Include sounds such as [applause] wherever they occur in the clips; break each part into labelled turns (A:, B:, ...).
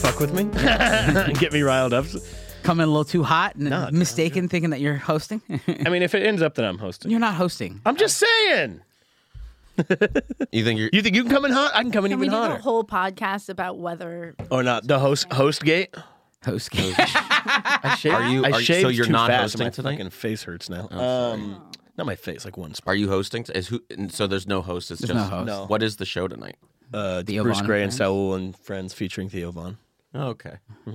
A: fuck with me, [laughs] get me riled up.
B: Coming a little too hot and
A: No, no,
B: mistaken thinking that you're hosting. [laughs]
A: I mean, if it ends up that I'm hosting,
B: you're not hosting.
A: I'm just saying.
C: You think you're?
A: You think you can come in hot? I can come in
D: Can we
A: even
D: do a
A: hotter.
D: whole podcast about whether
A: or not the host host gate?
B: Host.
A: I shaved,
C: Are you-
A: I
C: are you- so
A: shaved
C: you're
A: too
C: not
A: fast and
C: hosting
A: my
C: tonight?
A: fucking face hurts now. um, not my face, like one spot.
C: Are you hosting? t- Is who? and So there's no host. It's
B: There's no
C: just
B: host.
A: No.
C: what is the show tonight?
A: Uh,
B: Theo
A: Bruce
B: Vaughn
A: Gray
B: and
A: and Saul and friends featuring Theo Vaughn.
C: Oh, okay. [laughs]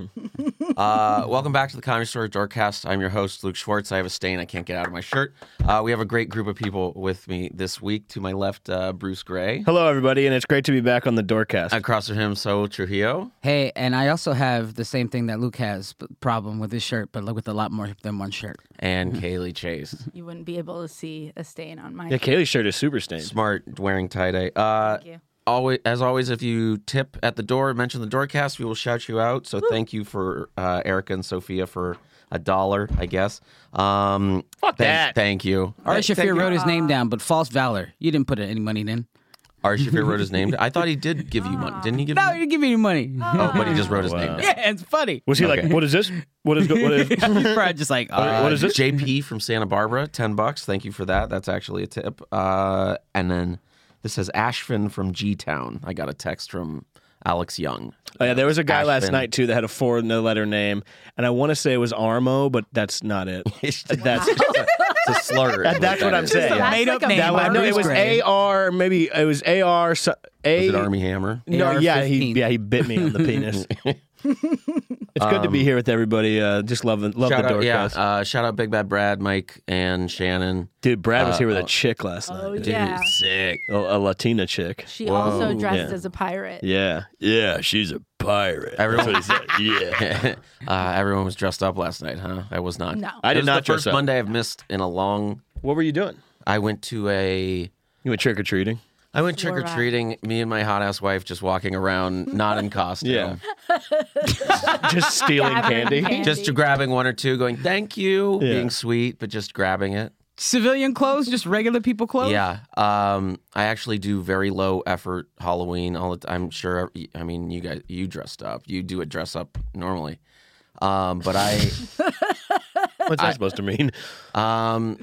C: uh, welcome back to the Comedy Store Dorkcast. I'm your host Luke Schwartz. I have a stain I can't get out of my shirt. Uh, we have a great group of people with me this week. To my left, uh, Bruce Gray.
A: Hello, everybody, and it's great to be back on the Doorcast.
C: Across from him, Saul Trujillo.
B: [laughs] Hey, and I also have the same thing that Luke has b- problem with his shirt, but like with a lot more than one shirt.
C: and Kaylee Chase.
D: you wouldn't be able to see a stain on my
A: yeah, Kaylee's shirt is super stained.
C: Smart wearing tie dye. Uh,
D: Thank you.
C: Always, as always, if you tip at the door, mention the doorcast, we will shout you out. So thank you for uh, Erica and Sophia for a dollar, I guess. Um,
A: Fuck
C: thank,
A: that.
C: Thank you.
B: Ari
C: Thank- thank
B: Shafir
C: you.
B: wrote his name down, but false valor. You didn't put any money in.
C: Ari Shafir wrote his name. I thought he did give you money. Didn't he give
B: No, you
C: you?
B: didn't give me any money.
C: [laughs] Oh, but he just wrote his
A: Wow. [laughs]
C: name.
B: [laughs]
C: down.
B: yeah, it's funny. [laughs]
A: Was he
C: Okay.
A: like, what is this? What is, go- what [laughs] is
B: He's probably just like, all
A: Uh,
B: right.
A: what is this?
C: JP from Santa Barbara, 10 bucks. Thank you for that. That's actually a tip. Uh, and then this is Ashvin from G Town. I got a text from Alex Young. [laughs]
A: Oh, yeah, there was a guy last
C: Ashvin.
A: night too that had a four in the letter name, and I want to say it was Armo, but that's not it. That's
C: It's a slur.
A: That-
C: is
A: that's what
C: that
A: I'm
C: is.
A: saying.
D: That's
A: Yeah.
B: made up
D: like a
B: name.
D: That
B: by
A: I know it
B: Bruce
A: was
B: Gray.
A: AR. Maybe it was AR. so- A.
C: Is it Army Hammer?
A: No, yeah, he
B: AR-15.
A: yeah he bit me on [laughs] the penis. it's good to be here with everybody. Uh, just loving love
C: Shout
A: the
C: out,
A: door
C: yeah. Uh, shout out, Big Bad Brad, Mike, and Shannon.
A: Dude, Brad was
C: uh,
A: here with
C: oh.
A: a chick last
D: Oh
A: night.
C: Dude,
D: yeah.
C: sick.
A: A, a Latina chick.
D: She also dressed
A: Yeah.
D: as a pirate.
A: Yeah, yeah, she's a pirate.
C: Everyone-
A: That's what he said. Yeah.
C: [laughs] uh, everyone was dressed up last night, huh? I was not.
D: No.
A: I
C: It
A: did
C: was
A: not
C: The first
A: dress up.
C: Monday I've missed in a long.
A: [laughs] What were you doing?
C: I went to a.
A: You went trick or [laughs] treating.
C: I went
D: Where
C: trick
D: at?
C: or treating. Me and my hot ass wife just walking around, not
D: [laughs]
C: in costume.
A: Yeah. Just stealing
D: Gathering
A: candy.
D: candy.
C: Just grabbing one or two, going thank you,
A: Yeah.
C: being sweet, but just grabbing it.
B: Civilian clothes, just regular people
D: Oh.
B: clothes?
C: Yeah, um, I actually do very low effort Halloween. All the t- I'm sure. I mean, you guys, you dressed up. You do a dress up normally, um, but I,
A: [laughs] What's that supposed to mean?
C: um,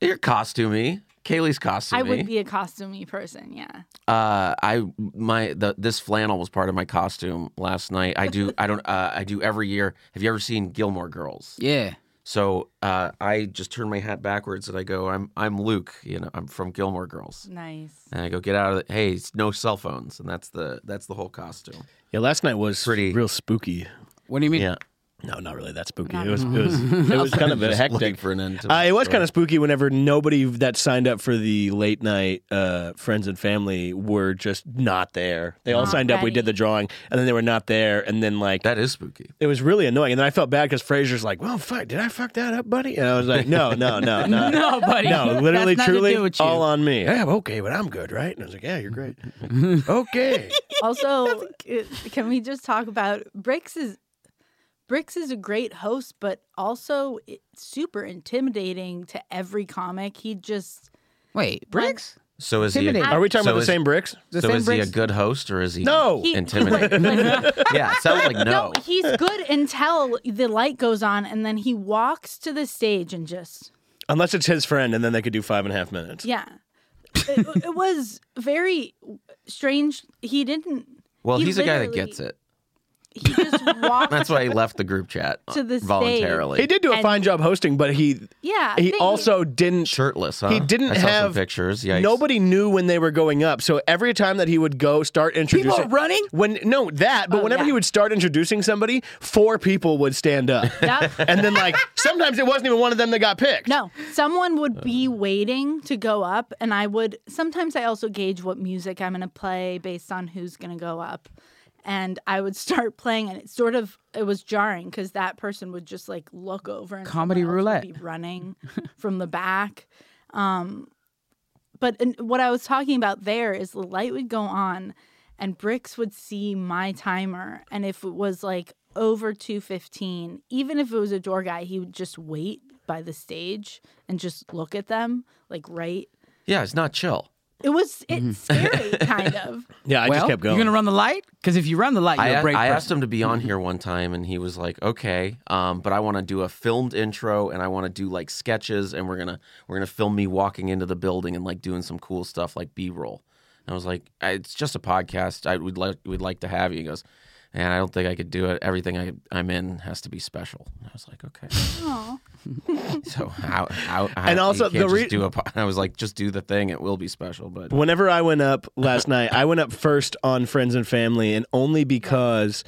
C: you're costumey. Kaylee's costumey.
D: I would be a costumey person, yeah.
C: Uh, I my the this flannel was part of my costume last night. I do. I don't. Uh, I do every year. Have you ever seen Gilmore Girls?
B: Yeah.
C: So uh, I just turn my hat backwards and I go, I'm I'm Luke. You know, I'm from Gilmore Girls.
A: [laughs]
D: Nice.
C: And I go, get out of the hey, it's no cell phones. And that's the that's the whole costume.
A: Yeah, last night was
C: Pretty-
A: real spooky.
B: What do you mean? [laughs]
A: No, not really that spooky. It was it was it was [laughs] kind of a
C: [laughs] Just looking
A: hectic.
C: for an end to
A: Uh,
C: the
A: it was
C: story.
A: kind of spooky whenever nobody that signed up for the late night uh, friends and family were just not there. They all signed up. We
D: ready.
A: did the drawing, and then they were not there. And then like
C: Ah. that is spooky.
A: it was really annoying. And then I felt bad because Fraser's like, "Well, fuck, did I fuck that up, buddy?" And I was like, "No, no, no, no,
B: No, Oh, buddy.
A: no, literally,
B: That's nothing to
A: truly,
B: do with you.
A: all on me." Yeah, okay, but I'm good, right? And I was like, "Yeah, you're great."
C: [laughs]
A: okay,
D: Also, it- can we just talk about Bricks is Bricks is a great host, but also it's super intimidating to every comic. He just
B: Wait, bricks?
C: So is he? A,
B: Intimidating.
A: are we talking
C: So
A: about the
C: is-
A: same bricks?
B: The
C: so
B: same
C: is he a
B: bricks?
C: good host or is he?
A: No.
D: he [laughs]
A: [laughs]
C: Intimidating.
D: like-
C: Yeah, it sounds
D: [laughs]
C: like no.
D: he's good until the light goes on, and then he walks to the stage and just
A: Unless it's his friend, and then they could do five and a half
C: [laughs]
A: minutes.
D: yeah. it, it was very strange. He didn't.
C: well,
D: he
C: he's a guy that
D: literally-
C: gets it.
D: He just
C: [laughs]
D: walked.
C: That's why he left the group chat
D: [laughs] To the stage.
C: voluntarily.
A: He did do a
D: And-
A: fine job hosting, but he
D: yeah. I
A: he
C: [laughs]
D: think
A: also didn't
C: shirtless. Huh?
A: He didn't
C: I saw
A: have
C: some pictures. Yikes.
A: Nobody knew when they were going up, so every time that he would go start introducing
B: People running?
A: when no that, but
D: Oh,
A: whenever
D: yeah.
A: he would start introducing somebody, four people would stand
B: [laughs]
A: up,
D: That-
A: and then like sometimes it wasn't even one of them that got picked.
D: No, someone would
C: Uh.
D: be waiting to go up, and I would. Sometimes I also gauge what music I'm going to play based on who's going to go up, and I would [laughs] start playing, and it sort of it was jarring because that person would just like look over and
B: Comedy
D: someone else would
B: roulette.
D: be
B: [laughs]
D: running from the back. Um, but and what I was talking about there is the light would go on, and Bricks would see my timer, and if it was like over 215 even if it was a door guy he would just wait by the stage and just look at them like right
C: Yeah, it's not chill.
D: It was it's
B: Mm-hmm.
D: scary,
B: [laughs]
D: kind of.
A: Yeah, I
B: well,
A: just kept going.
B: You're gonna run the light because if you run the light,
C: I,
B: you'll
C: a-
B: break.
C: I
B: person.
C: asked him to be on here one time, and he was like, "Okay, um, but I want to do a filmed intro, and I want to do like sketches, and we're gonna we're gonna film me walking into the building and like doing some cool stuff like B roll." And I was like, "I- "It's just a podcast. I would like would like to have you." He goes, "And I don't think I could do it. Everything I I'm in has to be special." And I was like, "Okay."
D: Oh,
C: so how how, how
A: And also,
C: you can't
A: the
C: just
A: re-
C: do a po- I was like, "Just do the thing. It will be special."
A: [laughs]
C: But
A: Whenever I went up last night, I went up first on Friends and Family, and only because,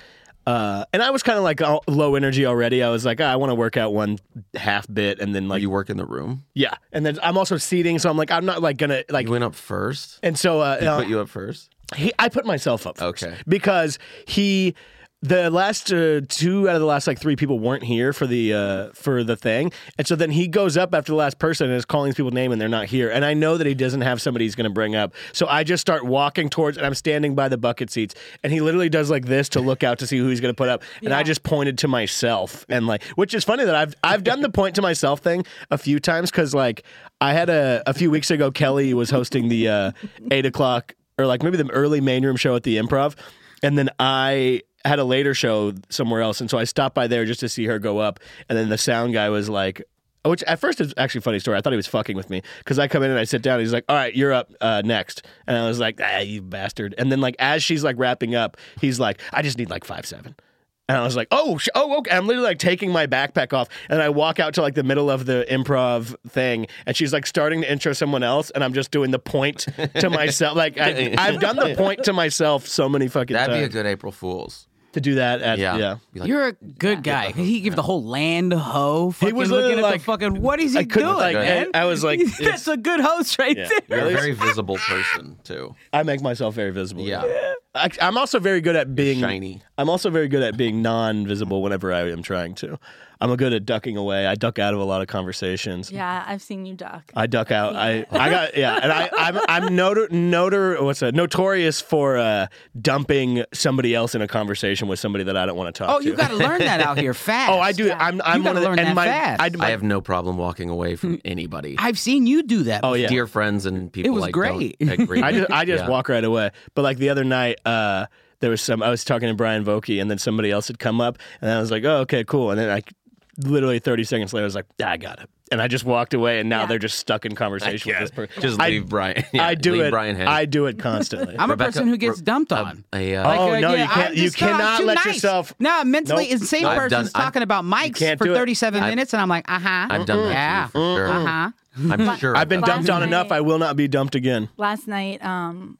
A: uh, and I was kind of like all, low energy already. I was like, "Ah, I want to work out one half bit, and then
C: like
A: like,
C: you work in the room.
A: yeah, and then I'm also seating, so I'm like, I'm not like gonna like.
C: You went up first.
A: And so uh,
C: He
A: uh,
C: put you up first.
A: he, I put myself up first
C: Okay.
A: because he. The last uh, two out of the last like three people weren't here for the uh, for the thing, and so then he goes up after the last person and is calling these people's name, and they're not here. And I know that he doesn't have somebody he's going to bring up, so I just start walking towards, and I'm standing by the bucket seats, and he literally does like this to look out to see who he's going to put up, and I just pointed to myself, and like, which is funny that I've I've done the point to myself thing a few times because like I had a a few weeks ago Kelly was hosting the uh, eight o'clock or like maybe the early main room show at the improv. And then I had a later show somewhere else. And so I stopped by there just to see her go up. And then the sound guy was like, which at first is actually a funny story. I thought he was fucking with me because I come in and I sit down. And he's like, "All right, you're up uh, next," and I was like, "Ah, you bastard!" And then like as she's like wrapping up, he's like, "I just need like five seven. And I was like, oh, sh- oh, okay. I'm literally like taking my backpack off, and I walk out to like the middle of the improv thing, and she's like starting to intro someone else, and I'm just doing the point
C: [laughs]
A: to myself. Like I, I've done the point to myself so many fucking
C: That'd be a
A: times
C: good April Fool's.
A: to do that. At, yeah,
C: Be like,
B: You're a good guy. He gave the whole land ho. Fucking
A: was
B: looking
A: literally
B: at
A: like-
B: the fucking. What is he
A: I couldn't,
B: doing,
A: like,
B: man?
A: I- I was like,
B: [laughs] that's a good host right
A: Yeah. [laughs]
B: there.
C: You're a very visible person too.
A: I make myself very visible.
C: Yeah,
A: I, I'm also very good at being
C: shiny.
A: I'm also very good at being non-visible whenever I am trying to. I'm good at ducking away. I duck out of a lot of conversations.
D: yeah, I've seen you duck.
A: I duck out. I, I got yeah, and I I'm I'm notor, notor what's that notorious for uh, dumping somebody else in a conversation with somebody that I don't want to talk
B: Oh,
A: to.
B: you got to learn that
A: [laughs]
B: out here fast.
A: oh, I do. I'm I'm
B: gotta
A: one of the,
B: learn
A: and
B: that
A: my,
B: fast.
A: I, my
C: I have no problem walking away from anybody,
B: I've seen you do that.
A: oh yeah.
C: dear friends and people.
B: It was
C: like, don't
B: great.
A: [laughs]
C: agree.
A: I just I just
C: [laughs] Yeah.
A: walk right away. But like the other night, uh, there was some I was talking to Brian Vokey, and then somebody else had come up, and I was like, oh okay, cool. And then like literally 30 seconds later, I was like, "Ah, I got it, and I just walked away, and now
D: Yeah.
A: they're just stuck in conversation with this person.
C: Just
A: I-
C: leave Brian. Yeah,
A: I do
C: leave
A: it.
C: Brian Henry.
A: I do it
C: [laughs]
A: constantly.
B: I'm
C: Rebecca-
B: a person who gets
C: Re-
B: dumped on.
C: I, uh,
A: Oh,
B: Like, uh,
A: no, you
B: yeah,
A: can't-
B: I'm
A: you
B: just- no, I'm
A: cannot
B: too
A: let
B: nice.
A: yourself-
B: No, I'm mentally
A: Nope.
B: insane
C: I've
B: person's
C: done- I've-
B: talking about mics
A: can't
B: for
A: do it. Mm-hmm.
B: 37
C: I've-
B: minutes, and I'm like, uh huh.
C: I've done that to you
B: yeah.
C: for sure.
B: Uh
A: Uh-huh.
B: huh.
C: I'm sure.
A: I've been
C: about
A: dumped on
D: Last
A: enough.
D: night-
A: I will not be dumped again.
D: Last night, um,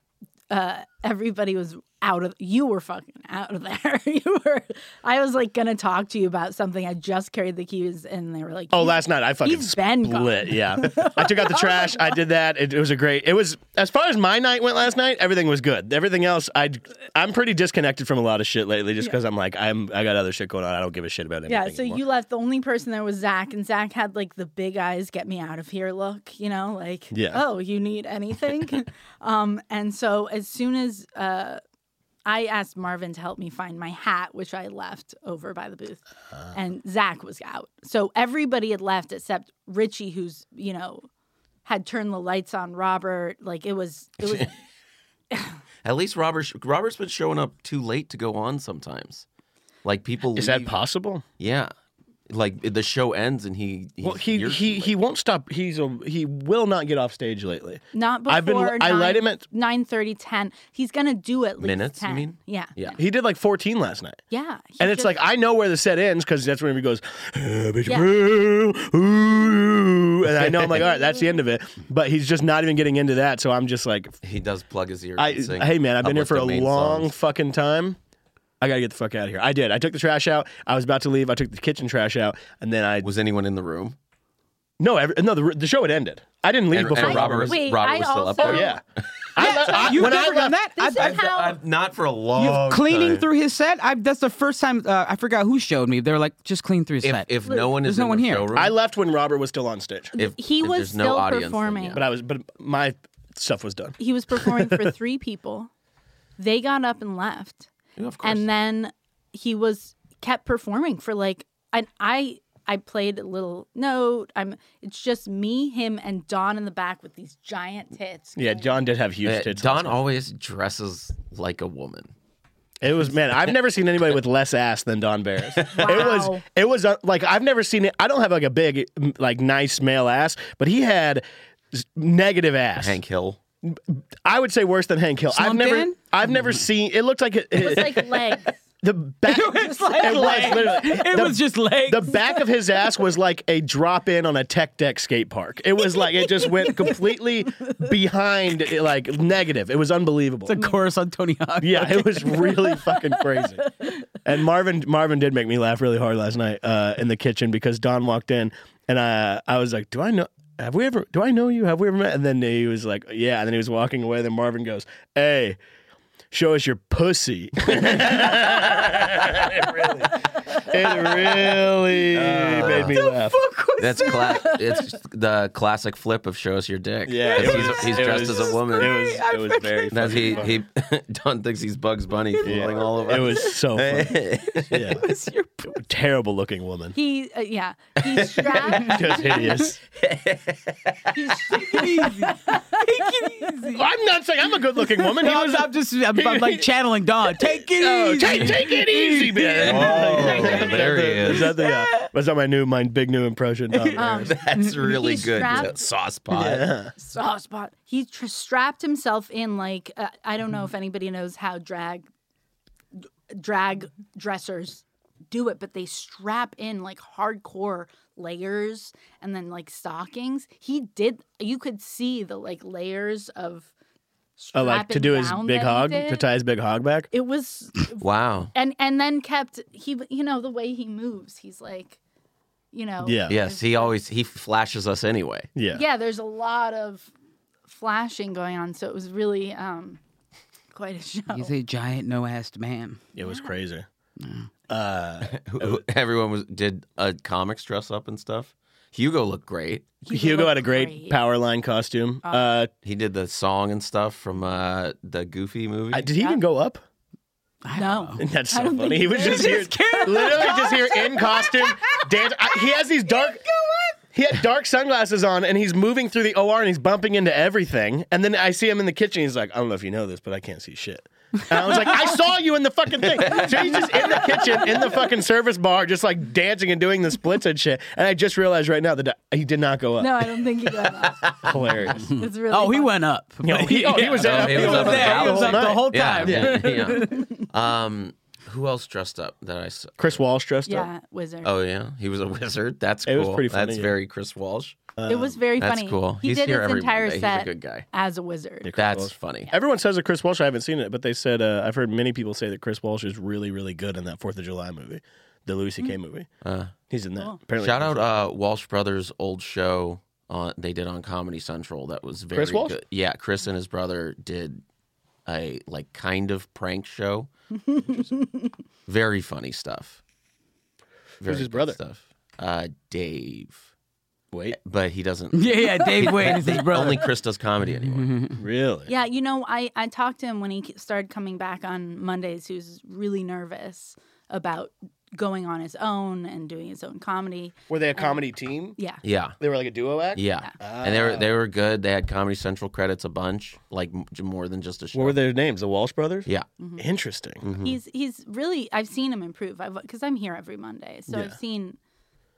D: uh, everybody was out of. You were fucking out of there. [laughs] you were. I was like gonna talk to you about something. I just carried the keys, and they were like,
A: Oh, last night I fucking
D: he's been
A: split. Yeah, I took out the trash. I did that. It, it was a great. It was as far as my night went last night. Everything was good. Everything else, I I'm pretty disconnected from a lot of shit lately, just because I'm like I'm I got other shit going on. I don't give a shit about anything.
D: Yeah, so
A: anymore.
D: you left. The only person there was Zach, and Zach had like the big eyes, get me out of here look, you know, like,
A: Yeah.
D: oh, you need anything?
A: [laughs]
D: um, and so as soon as uh, I asked Marvin to help me find my hat, which I left over by the booth,
A: Ah.
D: and Zach was out. So everybody had left except Richie, who's, you know, had turned the lights on Robert. Like it was, it
A: [laughs]
D: was
C: At least Robert. Robert's been showing up too late to go on sometimes. Like people.
A: is that
C: leave-
A: possible?
C: Yeah. Like the show ends and he. he's
A: Well, he
C: years
A: he
C: late.
A: he won't stop. He's a, he will not get off stage lately.
D: not before.
A: I've been- I let him at-
D: 9 10. He's going to do at least
C: Minutes, you
D: 10.
C: mean?
D: Yeah.
C: Yeah.
A: He did like 14 last night.
D: Yeah. he
A: And it's
D: just-
A: like I know where the set ends because that's when he goes,
D: Yeah.
A: and I know I'm like, all right, that's the end of it. But he's just not even getting into that, so I'm just like,
C: He does plug his ear.
A: I
C: and sing
A: hey man, I've been here
C: public
A: for a
C: domain
A: long
C: songs.
A: fucking time. I gotta get the fuck out of here. I did. I took the trash out. I was about to leave. I took the kitchen trash out, and then I
C: Was anyone in the room?
A: no, every, no. The, the show had ended. I didn't leave
C: And-
A: before
C: and Robert was,
D: Wait,
C: Robert
D: I
C: was still up
D: also-
C: there.
A: Oh yeah, I, le- I-
B: You've
A: when I
B: never done
A: left-
B: that? I-
D: This is
C: I've,
D: how-
C: I've not for a long.
B: You've cleaning
C: time.
B: through his set. I've, that's the first time. Uh, I forgot who showed me. They're like, just clean through his
C: If,
B: set. [laughs]
C: if no one is
B: There's no
C: in
B: one
C: the
B: here.
C: showroom,
A: I left when Robert was still on stage,
C: if,
D: He
C: if
D: was
C: there's
D: still
C: no audience, then
D: performing.
C: yeah.
A: but I was but my stuff was done.
D: he was
C: [laughs]
D: performing for three people. They got up and left.
C: Yeah, of course.
D: And then he was kept performing for like and I I played a little note. I'm. It's just me, him, and Don in the back with these giant tits.
A: Yeah, John did have huge
C: Uh,
A: tits.
C: Don always dresses like a woman.
A: It was man. I've never seen anybody with less ass than Don Barris. It was
D: Wow.
A: it was uh, like I've never seen it. I don't have like a big m- like nice male ass, but he had s- negative ass.
C: Hank Hill.
A: I would say worse than Hank Hill. I've
B: Slumped
A: never
B: in?
A: I've never seen. It looked like it,
D: It was
C: [laughs]
D: like legs.
A: the back. [laughs] it was, literally-
B: It
A: the-
B: was just legs.
A: The back of his ass was like a drop in on a tech deck skate park. It was like it just went completely behind, like negative. It was unbelievable.
B: [laughs] the chorus on Tony Hawk. [laughs]
A: Yeah, it was really fucking crazy. And Marvin Marvin did make me laugh really hard last night uh, in the kitchen because Don walked in and I I was like, "Do I know have we ever do I know you? Have we ever met?" And then he was like, "Yeah." And then he was walking away, then Marvin goes, "Hey, show us your pussy." [laughs] it really, it really made me laugh.
C: That's
D: [laughs]
C: cla- it's the classic flip of show us your dick.
A: Yeah,
C: 'Cause
A: it
C: he's,
A: was-
C: he's
A: it
C: dressed
A: was-
C: as a woman.
A: It was it was very
C: That's
A: fucking
C: he,
A: funny.
C: he [laughs] Don thinks he's Bugs Bunny fooling all of
A: It
C: [laughs] us.
A: was so funny. [laughs] Yeah. Terrible looking woman.
D: He, uh, yeah,
C: [laughs]
D: he's strapped.
A: Just hideous.
D: he's,
A: I'm not saying I'm a good looking woman. He
B: No,
A: was
B: I'm, I'm just I'm,
A: [laughs]
B: I'm like channeling Don. Take it
A: Oh,
B: easy.
A: take, take it easy, man.
C: Oh, there he
A: Is
C: is.
A: that the, uh, was that my new, my big new impression? Tom?
D: um,
C: That's really
D: He's
C: good.
D: strapped-
C: That sauce pot.
A: uh,
D: soft spot. He tr- strapped himself in like uh, I don't know if anybody knows how drag d- drag dressers do it, but they strap in like hardcore layers and then like stockings. He did. You could see the like layers of.
A: oh, like to
D: strapping
A: do his
D: down
A: big
D: that he
A: hog,
D: did.
A: to tie his big hog back.
D: It was
C: Wow.
D: and and then kept he you know the way he moves. He's like, you know,
A: Yeah.
C: Yes, he always he flashes us anyway.
A: Yeah.
D: yeah there's a lot of flashing going on so it was really um quite a show
B: [laughs] He's a giant no-assed man.
A: It was crazy. Uh,
C: Who- who- Everyone was did uh, comics dress up and stuff. Hugo looked great.
A: Hugo had a
D: looked
A: great,
D: great.
A: power line costume. Uh,
C: He did the song and stuff from uh, the Goofy movie.
A: I- did he even go up?
D: no
A: That's
D: I
A: so
D: don't
A: funny.
D: think
A: He was
D: so.
A: just here, literally just here in costume. Dance. I, he has these dark. He had dark sunglasses on, and he's moving through the OR, and he's bumping into everything. And then I see him in the kitchen. He's like, "I don't know if you know this, but I can't see shit." And I was like, "I
D: [laughs]
A: saw you in the fucking thing." So he's just in the kitchen, in the fucking service bar, just like dancing and doing the splits and shit. And I just realized right now that he did not go up.
D: [laughs] no i don't think he got
C: [laughs]
D: that
B: [laughs]
A: Hilarious.
C: Hmm.
D: it's really
B: Oh, he
D: fun.
B: went up.
A: No, he- oh, he was
B: Yeah.
A: up-
B: He [laughs]
A: he
B: was
A: was
B: up
A: up
B: there. He was up the
A: night.
B: whole
C: yeah,
B: time.
C: yeah,
A: [laughs]
C: yeah. Um, who else dressed up that I saw?
A: Chris Walsh dressed up.
D: yeah wizard
C: Oh yeah, he was a [laughs] wizard. That's cool.
A: It was pretty funny,
C: That's
A: yeah.
C: very Chris Walsh.
D: it was very
C: That's
D: funny
C: cool.
D: he
C: He's
D: did
C: here
D: his
C: every
D: entire
C: Monday. He's a
D: set
C: good guy.
D: as a wizard
C: That's funny.
A: Everyone says that Chris Walsh. I haven't seen it, but they said uh, I've heard many people say that Chris Walsh is really, really good in that Fourth of July movie, the Louis C.K.
D: Mm.
A: movie. He's in that.
D: Oh.
A: Apparently,
C: Uh. Shout out uh, Walsh Brothers old show on they did on Comedy Central that was very
A: Chris Walsh?
C: good. Yeah, Chris and his brother did a like kind of
A: [laughs]
C: prank show. very funny stuff. Very
A: his
C: good
A: brother?
C: stuff. Uh, Dave.
A: Wait,
C: But
A: [laughs]
C: he doesn't
B: Yeah, yeah. Dave Wayne is his brother.
C: only Chris does comedy anymore.
A: really?
D: yeah you know i i talked to him when he k- started coming back on mondays he was really nervous about going on his own and doing his own comedy
A: Were they a comedy team?
D: yeah
C: Yeah.
A: They were like a duo act.
C: Yeah. And they were they were good. They had Comedy Central credits a bunch, like m- more than just a show.
A: What were their names? The Walsh brothers.
C: yeah.
D: Mm-hmm.
C: Mm.
A: Interesting.
C: Mm-hmm.
D: he's he's really I've seen him improve. I've because I'm here every Monday, so I've seen,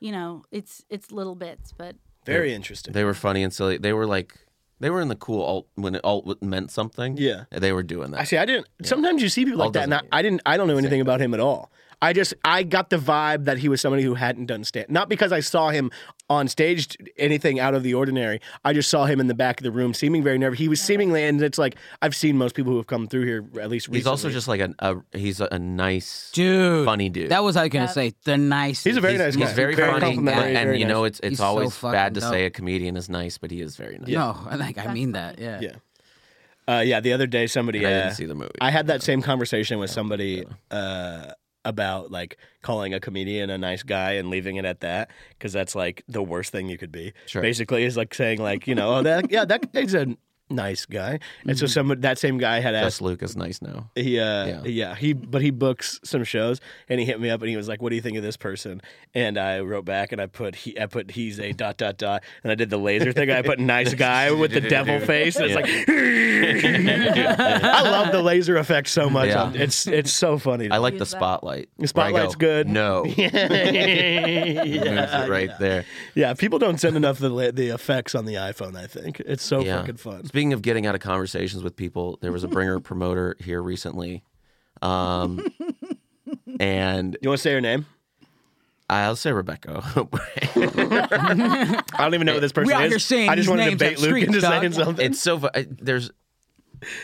D: you know, it's it's little bits, but
A: Very interesting.
C: They were funny and silly. They were like they were in the cool alt when it alt meant something.
A: Yeah.
C: They were doing that.
A: I see. I didn't. Sometimes you see people
C: All
A: like that, and I,
C: doesn't-
A: I didn't. I don't know anything about him at all. I just I got the vibe that he was somebody who hadn't done stand. Not because I saw him on stage t- anything out of the ordinary. I just saw him in the back of the room, seeming very nervous. He was seemingly, and it's like I've seen most people who have come through here at least. Recently.
C: He's also just like a, a he's a, a nice
B: dude.
C: funny dude.
B: That was I was gonna say. The nice.
A: He's a very nice guy.
C: He's very,
A: Very
C: funny, and,
A: complimentary,
C: and
A: very
C: you know
A: nice.
C: it's it's
B: He's so
C: always
B: fucking
C: bad to
B: dope.
C: say a comedian is nice, but he is very nice.
B: No, like I mean that. Yeah.
A: yeah. Uh, yeah, the other day somebody
C: I
A: uh,
C: didn't see the movie.
A: I had that same conversation with somebody uh, about like calling a comedian a nice guy and leaving it at that because that's like the worst thing you could be.
C: Sure.
A: Basically, is like saying like you know oh that yeah that is a nice guy, and so some that same guy had asked.
C: Just Luke is nice now.
A: He, uh, yeah.
C: Yeah.
A: he, but he books some shows, and he hit me up, and he was like, "What do you think of this person?" And I wrote back, and I put he, I put he's a dot dot dot, and I did the laser thing, and I put
C: [laughs]
A: nice guy with the devil face, and it's like, [laughs] I love the laser effect so much.
C: Yeah.
A: on- It's it's so funny.
C: I like the
D: Use that.
C: spotlight.
A: The
C: where I
A: spotlight's good. [laughs]
C: No. Moves
A: yeah,
C: it right there.
A: [laughs] yeah, people don't send enough of the the effects on the iPhone. I think it's so
C: Yeah.
A: fucking fun.
C: Speaking of getting out of conversations with people, there was
A: [laughs]
C: a bringer promoter here recently. Um, and
A: You want to say her name?
C: I'll say Rebecca. [laughs]
A: I don't even
C: Eh,
A: know who this person
B: out
A: is.
B: here saying
A: I just
B: these
A: wanted to
B: names on
A: bait Luke
B: streets,
A: into
B: dog.
A: saying something.
C: it's so fu- I- there's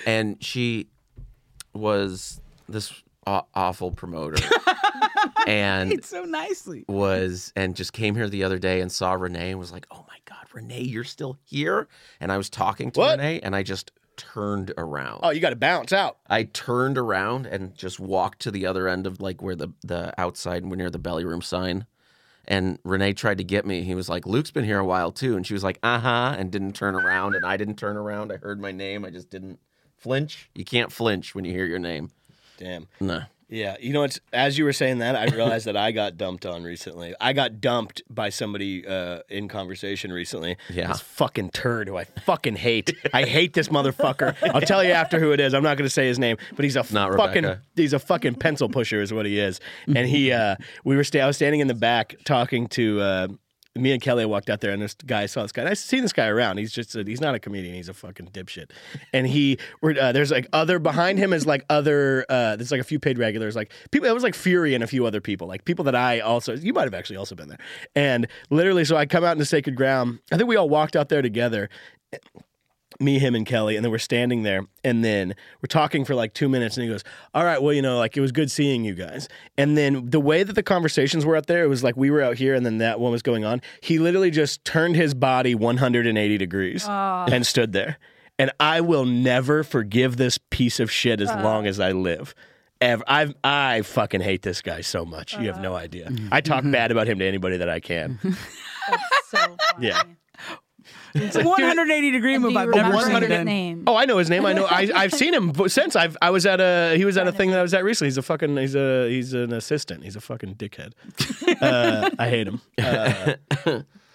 C: and she was this aw- awful
A: [laughs]
C: promoter and
B: so nicely.
C: was and just came here the other day and saw Renee and was like, "Oh my god, Renee, you're still here!" And I was talking to
A: What?
C: Renee and I just turned around.
A: Oh, you got to bounce out.
C: I turned around and just walked to the other end of like where the the outside near the belly room sign. And Renee tried to get me. He was like, Luke's been here a while too. And she was like, uh huh, and didn't turn around. And I didn't turn around. I heard my name. I just didn't flinch. You can't flinch when you hear your name.
A: Damn.
C: No.
A: Yeah, you know, it's as you were saying that, I realized that I got dumped on recently. I got dumped by somebody uh, in conversation recently.
C: Yeah.
A: this fucking turd who I fucking hate. I hate this motherfucker. I'll tell you after who it is. I'm not going to say his name, but he's a
C: Not
A: fucking
C: Rebecca.
A: he's a fucking pencil pusher, is what he is. And he, uh, we were sta- I was standing in the back talking to. Uh, me and Kelly walked out there, and this guy saw this guy. And I've seen this guy around. He's just a, he's not a comedian. He's a fucking dipshit. And he we're, uh, there's like other behind him is like other uh, there's like a few paid regulars like people. It was like Fury and a few other people like people that I also you might have actually also been there. And literally, so I come out into sacred ground. I think we all walked out there together, me, him, and Kelly, and then we're standing there, and then we're talking for like two minutes, and he goes, "All right, well, you know, like it was good seeing you guys." And then the way that the conversations were out there, it was like we were out here, and then that one was going on. He literally just turned his body 180 degrees and stood there, and I will never forgive this piece of shit as long as I live. Ever, I've I fucking hate this guy so much. You have no idea. I talk bad about him to anybody that I can.
D: That's so funny.
A: Yeah.
B: It's a 180 degree
D: And do
B: move.
D: you
B: I've never
D: remember
B: seen it
D: his
B: done.
D: name?
A: Oh, I know his name. I know. I, I've seen him b- since. I've. I was at a. He was at a thing that I was at recently. He's a fucking. He's a. He's an assistant. He's a fucking dickhead.
C: [laughs]
A: Uh, I hate him. Uh,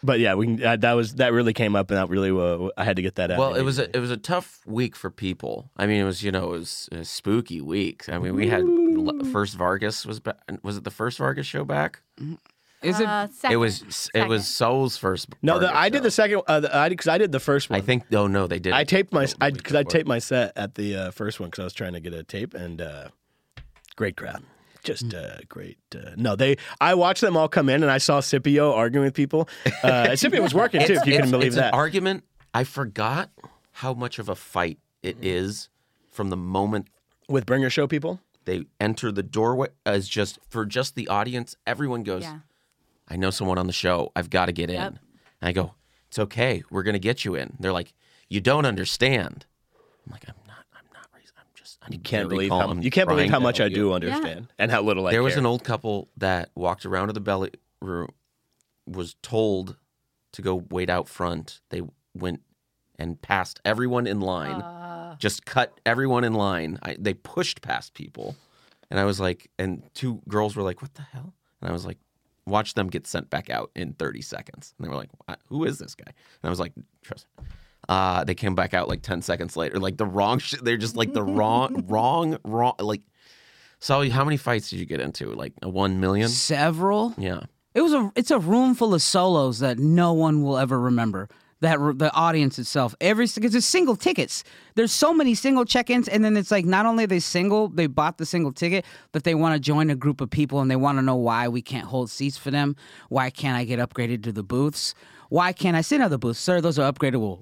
A: but yeah, we can. Uh, that was that really came up, and that really. Uh, I had to get that out.
C: Well, it was a, it was a tough week for people. I mean, it was you know it was a spooky week. I mean, we had l- first Vargas was ba- was it the first Vargas show back?
B: Is it?
D: Uh,
C: It
D: second.
C: was it was Soul's first.
A: no. The,
C: Vargas
A: I did
C: show.
A: the second. Uh, the, I because I did the first one.
C: I think. Oh no, they did.
A: I taped my. I
C: week
A: because I
C: before.
A: taped my set at the uh, first one because I was trying to get a tape and. Uh, great crowd. Just
C: Mm.
A: uh, great. Uh, no, they. I watched them all come in, and I saw Scipio arguing with people.
C: [laughs]
A: Uh, Scipio was working too, if you can
C: It's-
A: believe
C: it's
A: that.
C: An argument. I forgot how much of a fight it
A: Mm-hmm.
C: is from the moment
A: with bring your show people.
C: they enter the doorway. As just for just the audience, everyone goes.
D: Yeah.
C: I know someone on the show. I've got to get in. And I go, it's okay. We're gonna get you in. They're like, you don't understand. I'm like, I'm not. I'm not. reas- I'm just. I'm you
A: Can't believe how you can't believe how much I do understand and how little I
C: there was
A: care.
C: an old couple that walked around to the belly room, was told to go wait out front. They went and passed everyone in line,
A: Ah.
C: just cut everyone in line. I, they pushed past people, and I was like, and two girls were like, "What the hell?" And I was like, "Watch them get sent back out in 30 seconds." And they were like, "Wha- "Who is this guy?" And I was like, "Trust." me." Uh, they came back out like 10 seconds later, like the wrong. [laughs] Sh- they're just like
A: [laughs]
C: the wrong, wrong, wrong, like. So how many fights did you get into? Like a one million?
B: Several.
C: Yeah.
B: It was a. It's a room full of solos that no one will ever remember. That r- the audience itself, every because it's single tickets. There's so many single check-ins, and then it's like not only are they single, they bought the single ticket, but they want to join a group of people and they want to know why we can't hold seats for them. Why can't I get upgraded to the booths? Why can't I sit in other booths, sir? Those are upgradable.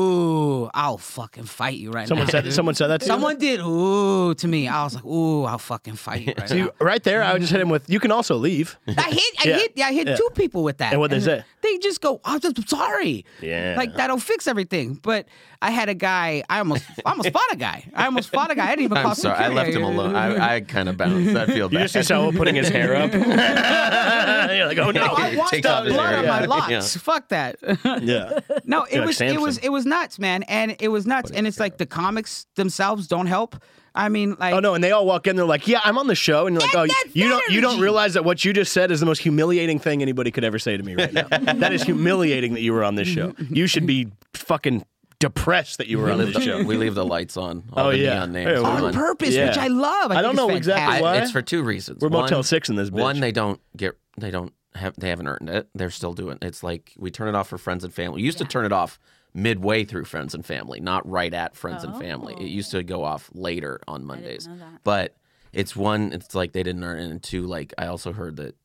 B: Ooh, I'll fucking fight you right
A: someone
B: now.
C: [laughs]
A: said someone said that to you?
B: Someone did ooh to me. I was like, ooh, I'll fucking fight you. Right
A: So [laughs]
B: now.
A: you- right there, I would just hit him with. You can also
C: [laughs]
A: leave.
B: I hit, I
A: Yeah.
B: hit, I hit two people with that.
A: And what'd they say?
B: They just go, "I'm just sorry."
A: Yeah.
B: like that'll fix everything. But I had a guy. I almost, I almost fought a guy. I almost fought a guy. I didn't even call
C: I'm sorry. I
B: security.
C: left him alone. I, I kind of bounced. I
A: [laughs]
C: feel
A: You
C: bad.
A: just
C: [laughs]
A: see someone putting his hair up. [laughs] You're like, oh no!
B: I
C: It
B: want
C: takes
B: the
C: [laughs] off his
B: blood
C: hair.
B: on my
C: Yeah.
B: locks. Fuck that. [laughs]
A: Yeah.
B: no, it
A: Like
B: was it was
A: Samson.
B: it was nuts, man, and it was nuts, and it's like the comics themselves don't help. I mean, like,
A: Oh no, and they all walk in. They're like, "Yeah, I'm on the show," and you're like, "Oh, you-
B: that's
A: you
B: that
A: don't you don't
B: energy.
A: realize that what you just said is the most humiliating thing anybody could ever say to me right
B: [laughs]
A: now. that is humiliating that you were on this show. You should be fucking depressed that you were
C: We
A: on
C: leave,
A: this
C: the,
A: show."
C: we leave the
A: [laughs]
C: lights on. All
A: Oh,
C: the
A: yeah.
C: neon names
A: Hey,
C: are
A: we-
B: on
C: on.
B: purpose,
A: Yeah.
B: which I love. I,
A: I
B: think
A: don't
B: it's
A: know exactly
B: fantastic.
A: why.
C: I, it's for two reasons.
A: We're
C: One-
A: Motel Six in this bitch.
C: One, they don't get, they don't have, they haven't earned it. They're still doing. It's like we turn it off for friends and family. We used to turn it off midway through friends and family, not right at friends and family. It used to go off later on Mondays.
D: Oh. know that.
C: But it's one, it's like they didn't earn it. And two, like I also heard that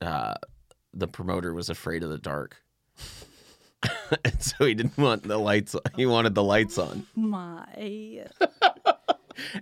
C: uh, the promoter was afraid of the dark. [laughs] and so he didn't want the lights. He wanted the lights on
D: My.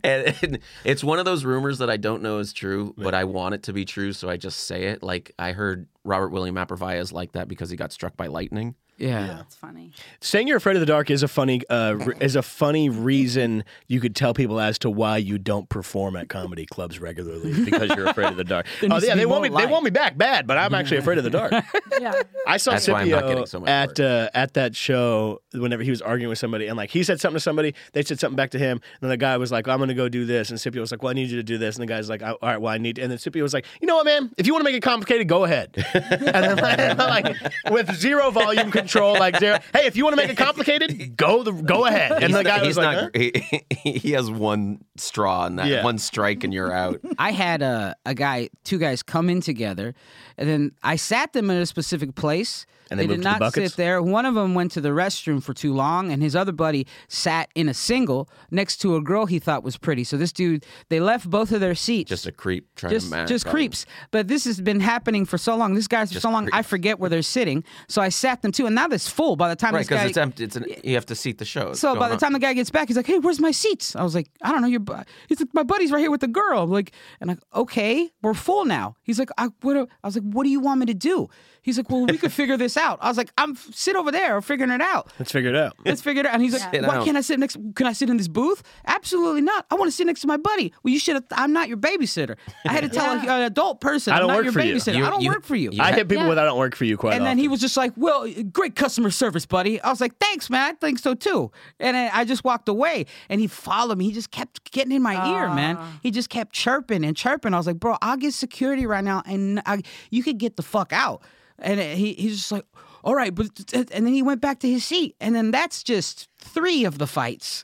C: and, and it's one of those rumors that I don't know is true, but I want it to be true, so I just say it. Like I heard Robert William Apervia is like that because he got struck by lightning.
B: Yeah.
D: That's funny.
A: Saying you're afraid of the dark is a funny uh, re- is a funny reason you could tell people as to why you don't perform at comedy clubs regularly is because you're afraid of the
B: [laughs]
A: dark.
B: There
A: oh
B: needs to
A: yeah,
B: be
A: they want me
B: more
A: they
B: light.
A: want me back bad, but I'm actually afraid of the
B: [laughs]
A: dark.
D: Yeah.
A: I saw
C: That's why I'm
A: Scipio
C: not getting so much
A: at
C: work.
A: uh, at that show whenever he was arguing with somebody, and like he said something to somebody, they said something back to him, and then the guy was like, "I'm going to go do this," and Scipio was like, "Well, I need you to do this," and the guy's like, "All right, well, I need," and then Scipio was like, "You know what, man? If you want to make it complicated, go ahead." [laughs] and then like, with zero volume control, like zero, hey, if you want to make it complicated, go the go ahead. And
C: He's
A: the guy
C: not-
A: was
C: he's
A: like,
C: not-
A: "Huh?"
C: he, he has one straw in that
A: Yeah.
C: one strike, and
B: [laughs]
C: you're out.
B: I had a, a guy, two guys come in together, and then I sat them in a specific place.
A: And they
B: did
A: moved to the
B: not
A: buckets?
B: sit there. One of them went to the restroom for too long, and his other buddy sat in a single next to a girl he thought was pretty. So this dude, they left both of their seats.
C: Just a creep trying
B: just,
C: to match.
B: just
C: up.
B: creeps. But this has been happening for so long. This guy's for so long, I forget where they're sitting. So I sat them too, and now this full. By the time
C: Right,
B: this
C: because
B: guy,
C: it's empty. It's an, you have to seat the show. It's
B: so by
C: going
B: the
C: on.
B: time the guy gets back, he's like, "Hey, where's my seats?" I was like, "I don't know. Your bu-. he's like, my buddy's right here with the girl." I'm like, and like, okay, we're full now. He's like, "I what?" do-" I was like, "What do you want me to do?" He's like, "Well, we could figure this out." I was like, "I'm sit over there, we're figuring it out.
A: "Let's figure it out."
B: Let's figure it out." And he's like,
C: Sit
B: "Why
C: out.
B: can't I sit next? Can I sit in this booth? Absolutely not. I want to sit next to my buddy." Well, you should. have I'm not your babysitter. I had to tell a- an adult person,
A: I don't
B: am not
A: work
B: your
A: for you.
B: babysitter.
C: You-
B: I don't
C: you-
B: work for you."
C: you
A: I hit people
D: Yeah.
A: with "I don't work for you" quite
B: and
A: often.
B: then he was just like, "Well, great customer service, buddy." I was like, "Thanks, man. I think so too." And I I just walked away. And he followed me. He just kept getting in my ear, man. He just kept chirping and chirping. I was like, "Bro, I'll get security right now, and I, you could get the fuck out." And he he's just like, "All right," but and then he went back to his seat. And then that's just three of the fights.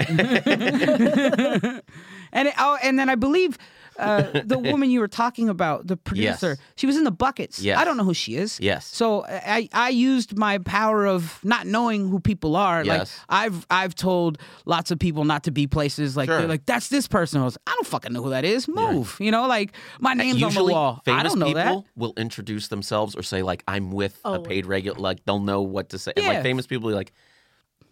B: And it, oh, and then I believe uh, the woman you were talking about, the producer,
C: Yes.
B: she was in the buckets.
C: Yes.
B: I don't know who she is.
C: Yes.
B: So I I used my power of not knowing who people are. Like
C: Yes.
B: I've I've told lots of people not to be places. Like
C: Sure.
B: they're like that's this person. I was I don't fucking know who that is. Move. You know, like my name's on the
C: Uh, Usually,
B: wall.
C: famous
B: I don't know
C: people
B: that. Oh.
C: will introduce themselves or say like, "I'm with a paid regular." Like they'll know what to say. And
B: Yeah.
C: like famous people, be like,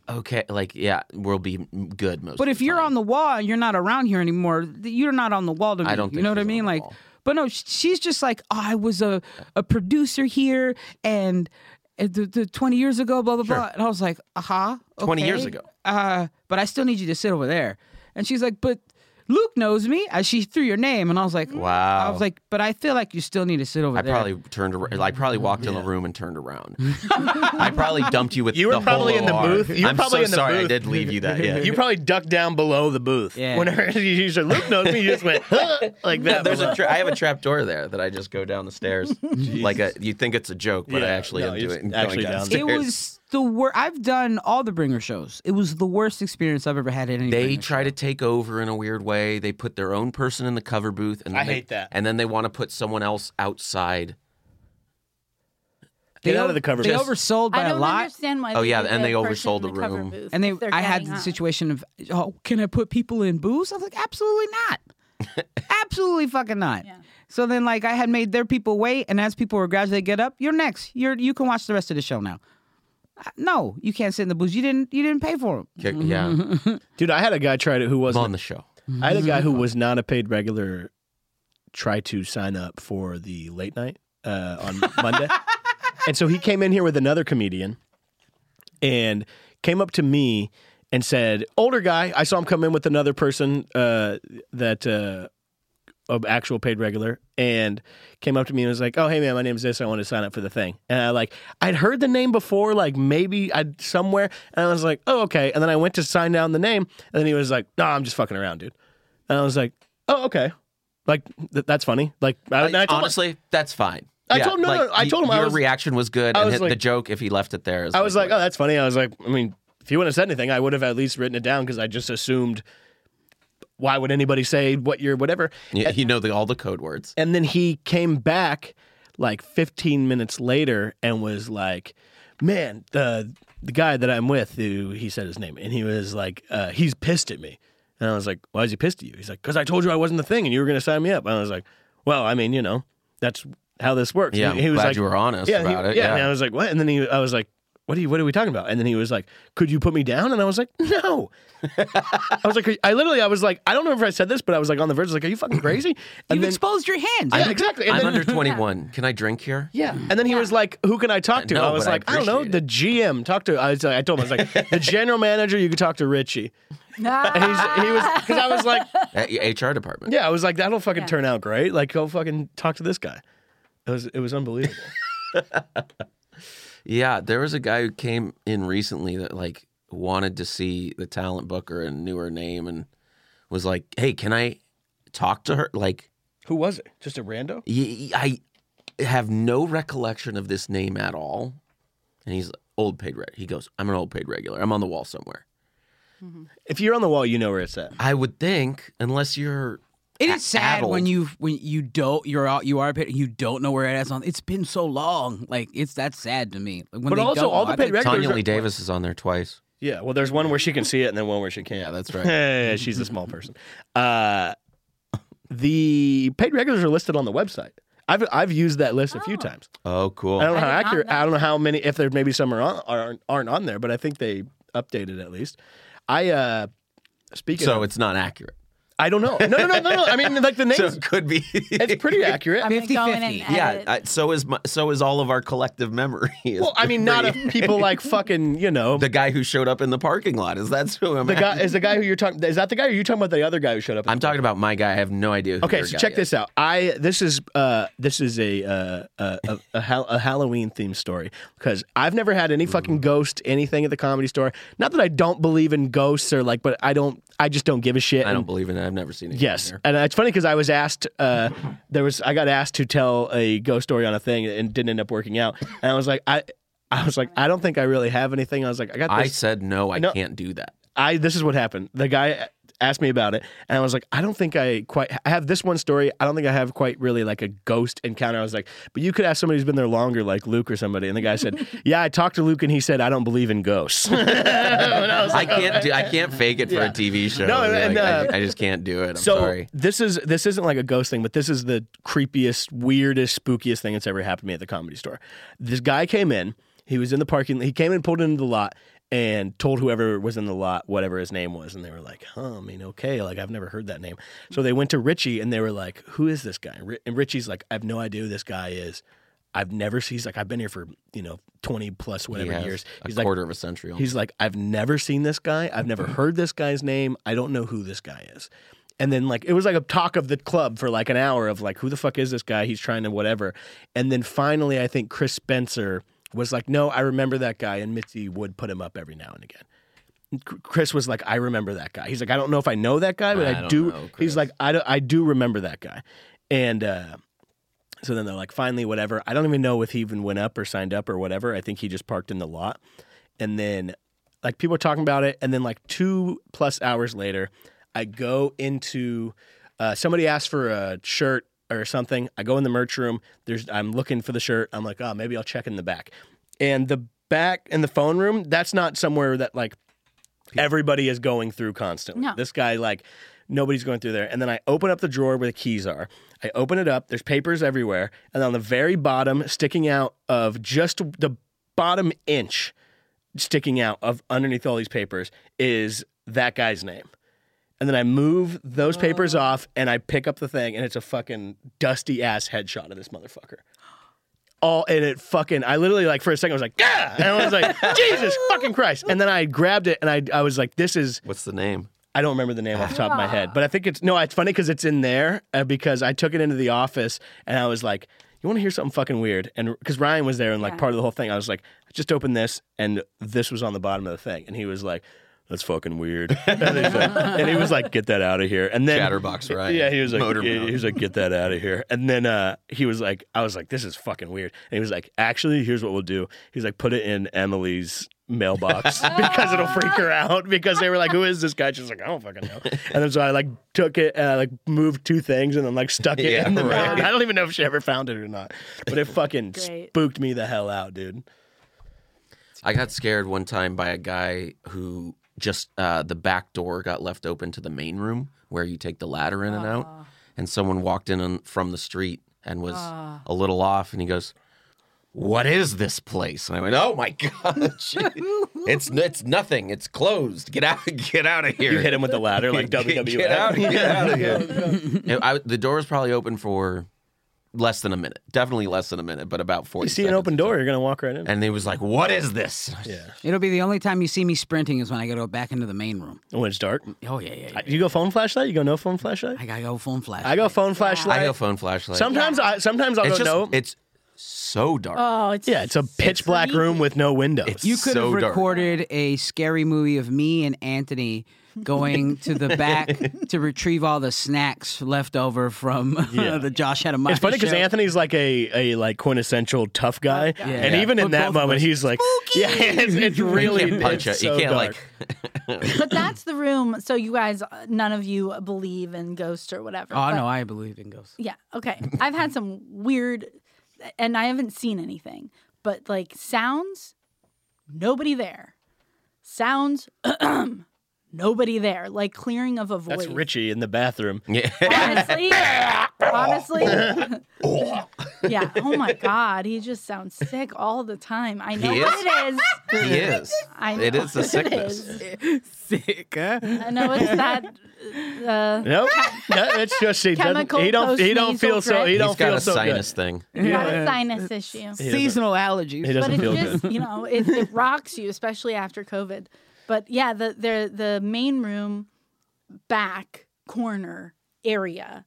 C: "Okay, like yeah, we'll be good most."
B: But
C: of
B: if
C: the
B: you're
C: time.
B: on the wall and you're not around here anymore, th- you're not on the wall to me.
C: I don't
B: you
C: think
B: know what
C: she's
B: I
C: on
B: mean?
C: the
B: Like,
C: wall.
B: but no, sh- she's just like, oh, I was a, a producer here and uh, the, the 20 years ago, blah, blah, blah. And I was like, aha. Uh-huh,
C: 20 years
B: okay.
C: ago.
B: Uh, but I still need you to sit over there. And she's like, but Luke knows me. And she threw your name. And I was like, I
C: Wow.
B: was like, but I feel like you still need to sit over
C: I
B: there.
C: probably turned around. I probably
B: Mm-hmm.
C: walked in the room and turned
B: [laughs]
C: around. I probably dumped you with
A: You were
C: the
A: probably
C: whole
A: in the
C: OR.
A: booth. You were
C: I'm
A: probably
C: so
A: in the
C: sorry I
A: booth.
C: did leave you that. Yeah.
A: [laughs] You probably ducked down below the booth.
B: Yeah.
A: Whenever [laughs] you you said Luke knows me, you just went "Huh," like
C: Yeah,
A: that.
C: there's
A: below.
C: a tra- I have a trap door there that I just go down the
A: [laughs]
C: stairs. like a, you think it's a joke, but I
A: Yeah,
C: actually
A: no,
C: am doing
A: it's
C: it. and
A: actually
C: going
A: down
C: downstairs.
A: there.
B: It was the worst. I've done all the Bringer shows. It was the worst experience I've ever had at any
C: They
B: Bringer show.
C: try to take over in a weird way. They put their own person in the cover booth, and then
A: I
C: they-
A: hate that.
C: And then they want to put someone else outside.
A: Get
B: They
A: out
B: o-
A: of the cover.
B: They
A: Just-
B: oversold by
D: I
B: a
D: don't
B: lot.
D: understand why.
C: Oh,
D: they
C: yeah,
D: did
C: and
D: the
C: they
D: person
C: oversold
D: in
C: the
D: cover
C: room.
D: booth
B: And they,
D: if they're
B: I had
D: getting
B: the
D: hot.
B: situation of, oh, can I put people in booths? I was like, absolutely not.
A: [laughs]
B: absolutely fucking not.
D: Yeah.
B: So then, like, I had made their people wait, and as people were gradually get up, you're next. You're you can watch the rest of the show now. Uh, No, you can't sit in the booth. You didn't. You didn't pay for them.
C: Kick-
B: [laughs]
C: Yeah,
A: Dude, I had a guy try to who
C: I'm
A: wasn't.
C: on the show.
A: I had a guy who was not a paid regular try to sign up for the late night uh, on Monday, and so he came in here with another comedian, and came up to me and said, "Older guy, I saw him come in with another person uh, that." Uh, a actual paid regular, and came up to me and was like, "Oh, hey man, my name's this. I want to sign up for the thing." And I like I'd heard the name before, like maybe I would somewhere, and I was like, "Oh, okay." And then I went to sign down the name, and then he was like, "No, I'm just fucking around, dude." And I was like, "Oh, okay." Like th- that's funny. Like I, and I
C: Like,
A: told him-
C: honestly, that's fine.
A: I told- no, no, no, I
C: y-
A: told him I
C: your
A: was-
C: reaction was good,
A: I
C: and
A: was
C: hit
A: like-
C: the joke if he left it there. is
A: I was like,
C: what-
A: "Oh, that's funny." I was like, "I mean, if you wouldn't have said anything, I would have at least written it down because I just assumed why would anybody say what you're whatever."
C: you, you know the, all the code words.
A: And then he came back like 15 minutes later and was like, "Man, the the guy that I'm with, who he said his name, and he was like, uh, he's pissed at me." And I was like, "Why is he pissed at you?" He's like, "Cause I told you I wasn't the thing, and you were gonna sign me up." And I was like, "Well, I mean, you know, that's how this works."
C: Yeah,
A: And
C: I'm
A: he was
C: glad
A: like,
C: you were honest
A: yeah, he-
C: about it.
A: Yeah. and I was like, what? And then he, I was like, what are you, what are we talking about? And then he was like, could you put me down? And I was like,
C: [laughs]
A: no. I was like, I literally, I was like, I don't know if I said this, but I was like on the verge, I was like, are you
C: [clears throat]
A: fucking crazy? And
B: You've
A: then,
B: exposed your hands.
A: yeah, exactly. And
C: I'm
A: then, [laughs]
C: under 21. Can I drink here?
A: yeah. And then he was like, who can I talk to?
C: I know,
A: I was
C: but I
A: like, I, don't know, the
C: appreciate
A: GM. Talk to, I, was like, I told him, I
C: [laughs]
A: was like, the general manager, you could talk to Richie. And
D: Ah,
A: he's, he was, because I was
C: [laughs]
A: like,
C: At your HR department.
A: yeah, I was like, that'll fucking
D: Yeah.
A: turn out great. Like, go fucking talk to this guy. It was, it was unbelievable.
C: Yeah, there was a guy who came in recently that like wanted to see the talent booker and knew her name and was like, "Hey, can I talk to her?" Like,
A: who was it? Just a rando?
C: y- y- I have no recollection of this name at all. And he's old paid reg. He goes, "I'm an old paid regular. I'm on the wall somewhere."
A: If you're on the wall, you know where it's at.
C: I would think, unless you're
B: It is sad
C: addled.
B: when you when you don't you're out you are a pit you don't know where it is on. It's been so long. Like it's that's sad to me. Like, when
A: But
B: they
A: also
B: don't
A: all the
B: watch
A: paid
B: it-
A: reg-
C: Tanya
A: there's a-
C: Lee Davis is on there twice.
A: Yeah, well, there's one where she can see it and then one where she can't.
C: Yeah,
A: [laughs]
C: that's right.
A: right. She's a small person. Uh, the paid regulars are listed on the website. I've I've used that list a few times.
C: Oh, cool.
A: I don't know
D: I
A: how
D: did not
A: accurate.
D: know.
A: I don't know how many. If there maybe some are on, aren't aren't on there, but I think they updated at least. I uh, speaking.
C: so
A: of,
C: it's not accurate.
A: I don't know. No, no, no, no, no. I mean,
C: [laughs]
A: like the names.
C: So it could be. [laughs]
A: it's pretty accurate.
D: I'm gonna go in
B: 50-50.
D: and
C: yeah.
D: edit.
C: I, so is my, so is all of our collective memory. is
A: well, I mean, not
C: pretty-
A: if people like fucking. You know,
C: [laughs] the guy who showed up in the parking lot. Is that who I'm?
A: the guy is the guy who you're talking. Is that the guy? Or are you talking about the other guy who showed up?
C: I'm talking about my guy. I have no idea. Who
A: Okay,
C: your
A: so
C: guy
A: check
C: is.
A: this out. I this is uh this is a uh a, a, a, Hal- a Halloween themed story because I've never had any
C: Mm.
A: fucking ghost anything at the comedy store. Not that I don't believe in ghosts or like, but I don't. I just don't give a shit.
C: I
A: and-
C: don't believe in it. I've never seen it.
A: Yes, and it's funny because I was asked. Uh, there was I got asked to tell a ghost story on a thing and didn't end up working out. And I was like, I. I was like, I don't think I really have anything. I was like, I got
C: I
A: this.
C: said no. I
A: No.
C: can't do that.
A: I this is what happened. The guy asked me about it, and I was like, I don't think I quite. I have this one story. I don't think I have quite really like a ghost encounter. I was like, but you could ask somebody who's been there longer, like Luke or somebody. And the guy said, Yeah, I talked to Luke, and he said I don't believe in ghosts. And I was
C: I
A: like,
C: can't. Do, I can't fake it for a TV show.
A: Oh, No,
C: Like,
A: and, uh,
C: I, I just can't do it. I'm
A: so
C: sorry.
A: this is this isn't like a ghost thing, but this is the creepiest, weirdest, spookiest thing that's ever happened to me at the comedy store. This guy came in. He was in the parking. He came and pulled into the lot and told whoever was in the lot whatever his name was, and they were like, "Huh, I mean, okay, like I've never heard that name." So they went to Richie and they were like, "Who is this guy?" Ri- And Richie's like, "I have no idea who this guy is. I've never seen. He's like, I've been here for you know twenty plus
C: He
A: whatever
C: has
A: years.
C: a
A: He's like,
C: quarter of a century. on- Mm-hmm.
A: He's like, I've never seen this guy. I've never heard this guy's name. I don't know who this guy is. And then like it was like a talk of the club for like an hour of like who the fuck is this guy? He's trying to whatever. And then finally, I think Chris Spencer was like, no, I remember that guy. And Mitzi would put him up every now and again. C- Chris was like, I remember that guy. He's like, I don't know if I know that guy, but
C: I
A: I,
C: don't
A: do.
C: know, Chris.
A: he's like, I do, I do remember that guy. And uh, so then they're like, finally, whatever. I don't even know if he even went up or signed up or whatever. I think he just parked in the lot. And then, like, people are talking about it. And then, like, two plus hours later, I go into uh, somebody asked for a shirt or something. I go in the merch room. There's I'm looking for the shirt. I'm like, oh, maybe I'll check in the back. And the back in the phone room, that's not somewhere that like everybody is going through constantly.
D: No.
A: This guy, like, nobody's going through there. And then I open up the drawer where the keys are. I open it up. There's papers everywhere. And on the very bottom, sticking out of just the bottom inch sticking out of underneath all these papers is that guy's name. And then I move those papers off and I pick up the thing and it's a fucking dusty ass headshot of this motherfucker. All and it fucking I literally like for a second I was like, yeah, and I was like, Jesus fucking Christ. And then I grabbed it and I I was like, this is
C: What's the name?
A: I don't remember the name off the top of my head, but I think it's no. It's funny because it's in there uh, because I took it into the office and I was like, "You want to hear something fucking weird?" And because Ryan was there and like part of the whole thing, I was like, "I just opened this and this was on the bottom of the thing," and he was like. That's fucking weird. [laughs] And, he's like- and he was like, "Get that out of here." And then
C: Chatterbox Ryan.
A: Yeah, he was like,
C: Motor
A: he-
C: mouth.
A: he was like, "Get that out of here." And then uh, he was like, "I was like, this is fucking weird." And he was like, "Actually, here's what we'll do." He's like, "Put it in Emily's
C: [laughs]
A: mailbox because it'll freak her out." Because they were like, "Who is this guy?" She's like, "I don't fucking know." And then so I like took it and I like moved two things and then like stuck it
C: Yeah,
A: in the
C: right.
A: mail. I don't even know if she ever found it or not, but it fucking
D: Great.
A: spooked me the hell out, dude.
C: I got scared one time by a guy who just uh, the back door got left open to the main room where you take the ladder in and out, and someone walked in on, from the street and was a little off, and he goes. What is this place? And I went, oh my [laughs] god, gee. it's it's nothing. It's closed. Get out, get out of here.
A: You hit him with the ladder like
C: [laughs] Get-
A: WWF.
C: Get out, get out of here. It- I- the door was probably open for less than a minute. Definitely less than a minute, but about 40
A: You [laughs] see an
C: seconds.
A: open door, you're gonna walk right in.
C: And he was like, what is this? And I was
A: yeah,
B: It'll be the only time you see me sprinting is when I gotta go back into the main room.
A: when it's dark.
B: Oh yeah, yeah. yeah.
A: You go phone flashlight. You go no phone flashlight.
B: I gotta go phone flash.
A: I go phone flashlight.
C: I go phone flashlight.
A: Sometimes I sometimes I'll
C: it's
A: go
C: just
A: no.
C: it's so dark.
D: Oh, it's
A: yeah, it's a pitch black
D: creepy.
A: room with no windows.
B: You could
C: so
B: have
C: dark.
B: recorded a scary movie of me and Anthony going to the back to retrieve all the snacks left over from uh,
A: Yeah.
B: the Josh had a mic.
A: it's funny because
B: show.
A: Anthony's like a, a like quintessential tough guy, and
B: Yeah.
A: even
B: But
A: in that
B: both of
A: moment,
B: us-
A: he's like, yeah, [laughs] it's, it's really
C: you can't punch
A: it's
C: it.
A: so
C: you can't
A: dark.
C: like
D: But that's the room. So you guys, uh, none of you believe in ghosts or whatever.
B: Oh
D: but-
B: no, I believe in
D: [laughs]
B: ghosts.
D: Yeah. Okay. I've had some weird, and I haven't seen anything, but like sounds, nobody there. Sounds, [clears throat] nobody there. Like clearing of a voice.
A: That's Richie in the bathroom.
C: [laughs]
A: [laughs]
C: yeah.
D: Honestly, honestly.
C: [laughs]
D: yeah. Oh my God. He just sounds sick all the time. I know
C: He
D: what
C: is?
D: it is.
C: he is.
D: I know
C: It is the
D: what
C: sickness.
D: is.
B: Sick, huh?
D: I know it's that. Uh,
A: Nope, no, it's just he doesn't.
D: Chemical
A: He don't. He don't
D: postnasal
A: feel so. He
D: drip.
A: don't
C: He's
A: feel
C: got a
A: so
C: sinus thing.
A: good. [laughs]
D: not
A: Yeah.
D: a sinus issue.
A: doesn't-
B: [laughs] Seasonal allergies.
A: He doesn't
D: but it
A: feel
D: just
A: good.
D: you know it, it rocks you especially after covid but yeah the the the main room back corner area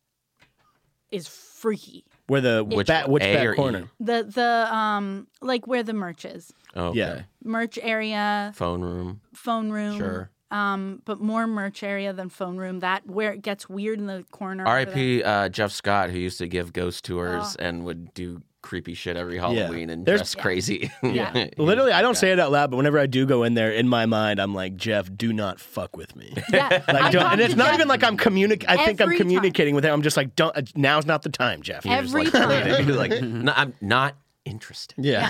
D: is freaky
A: Where the
C: Which
A: back, which
C: A or
A: back
C: E?
A: corner?
D: the the um like where the merch is
C: Oh, okay.
A: Yeah.
D: merch area
C: Phone room.
D: phone room
C: Sure.
D: um but more merch area than phone room that where it gets weird in the corner over there.
C: R.I.P. Uh, Jeff Scott, who used to give ghost tours
D: Oh.
C: and would do creepy shit every Halloween and
A: There's-
C: dress
A: [laughs]
C: crazy. [laughs]
D: Yeah.
A: Literally, I don't say it out loud, but whenever I do go in there, in my mind, I'm like, Jeff, do not fuck with me.
C: [laughs]
D: yeah I
A: Like, don't,
D: talk
A: and
D: to
A: it's not
D: Jeff
A: even like I'm communicating. I think I'm
D: every time.
A: communicating with him. I'm just like, don't. Uh, now's not the time, Jeff. You're just
D: every
A: like-
D: time
C: He was like, [laughs] "No, I'm not interested.
A: yeah,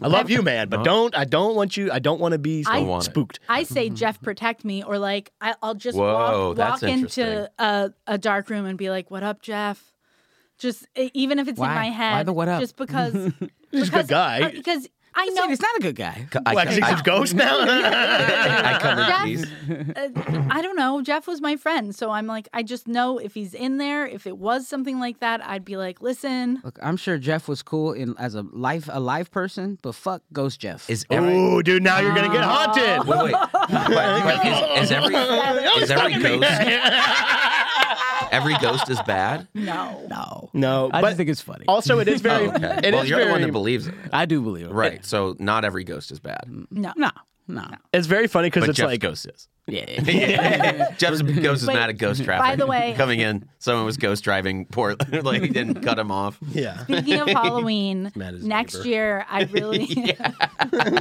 A: I love you, man, but don't. I don't want you. I don't want to be
D: I-
A: spooked.
D: Don't
C: want it.
A: spooked.
D: I say
C: [laughs]
D: Jeff protect me, or like I, I'll just
C: Whoa,
D: walk,
C: that's
D: walk
C: interesting.
D: into a, a dark room and be like, "What up, Jeff?" Just e- even if it's
B: Why?
D: in my
B: Why
D: head,
B: the what up? [laughs]
D: just because. because
A: He's a good guy.
D: Because I
B: Dude,
D: know
B: He's not a good guy.
C: I,
A: Like he's a ghost
C: [laughs]
A: now.
C: I come
D: Jeff-
C: in peace.
D: uh, I don't know. Jeff was my friend, so I'm like, I just know if he's in there, if it was something like that, I'd be like, "Listen,
B: Look, I'm sure Jeff was cool in as a life a live person, but fuck Ghost Jeff.
C: Is every
A: Ooh, dude, now you're gonna get
D: Ah.
A: haunted.
C: wait wait?
D: [laughs]
C: But, like, is,
A: [laughs]
C: is every is every ghost every ghost is bad?
D: no,
B: no.
A: no,
B: I
A: but
B: just think it's funny.
A: also it
C: [laughs]
A: is very.
C: Oh, okay.
A: it
C: well,
A: is
C: you're
A: very,
C: the one that believes it,
B: I do believe it.
C: right? So not every ghost is bad,
D: no,
B: No. No.
A: It's very funny because
C: but
A: it's
C: Jeff's
A: like
C: ghost is.
B: Yeah.
C: Jeff's ghost is
D: Wait,
C: mad at ghost traffic.
D: the way-
C: [laughs] coming in, someone was ghost driving Portland. [laughs] like he didn't cut him off.
A: yeah.
D: Speaking
A: [laughs]
D: of Halloween,
A: Mad as
D: next
A: neighbor.
D: year
A: [laughs]
D: I really,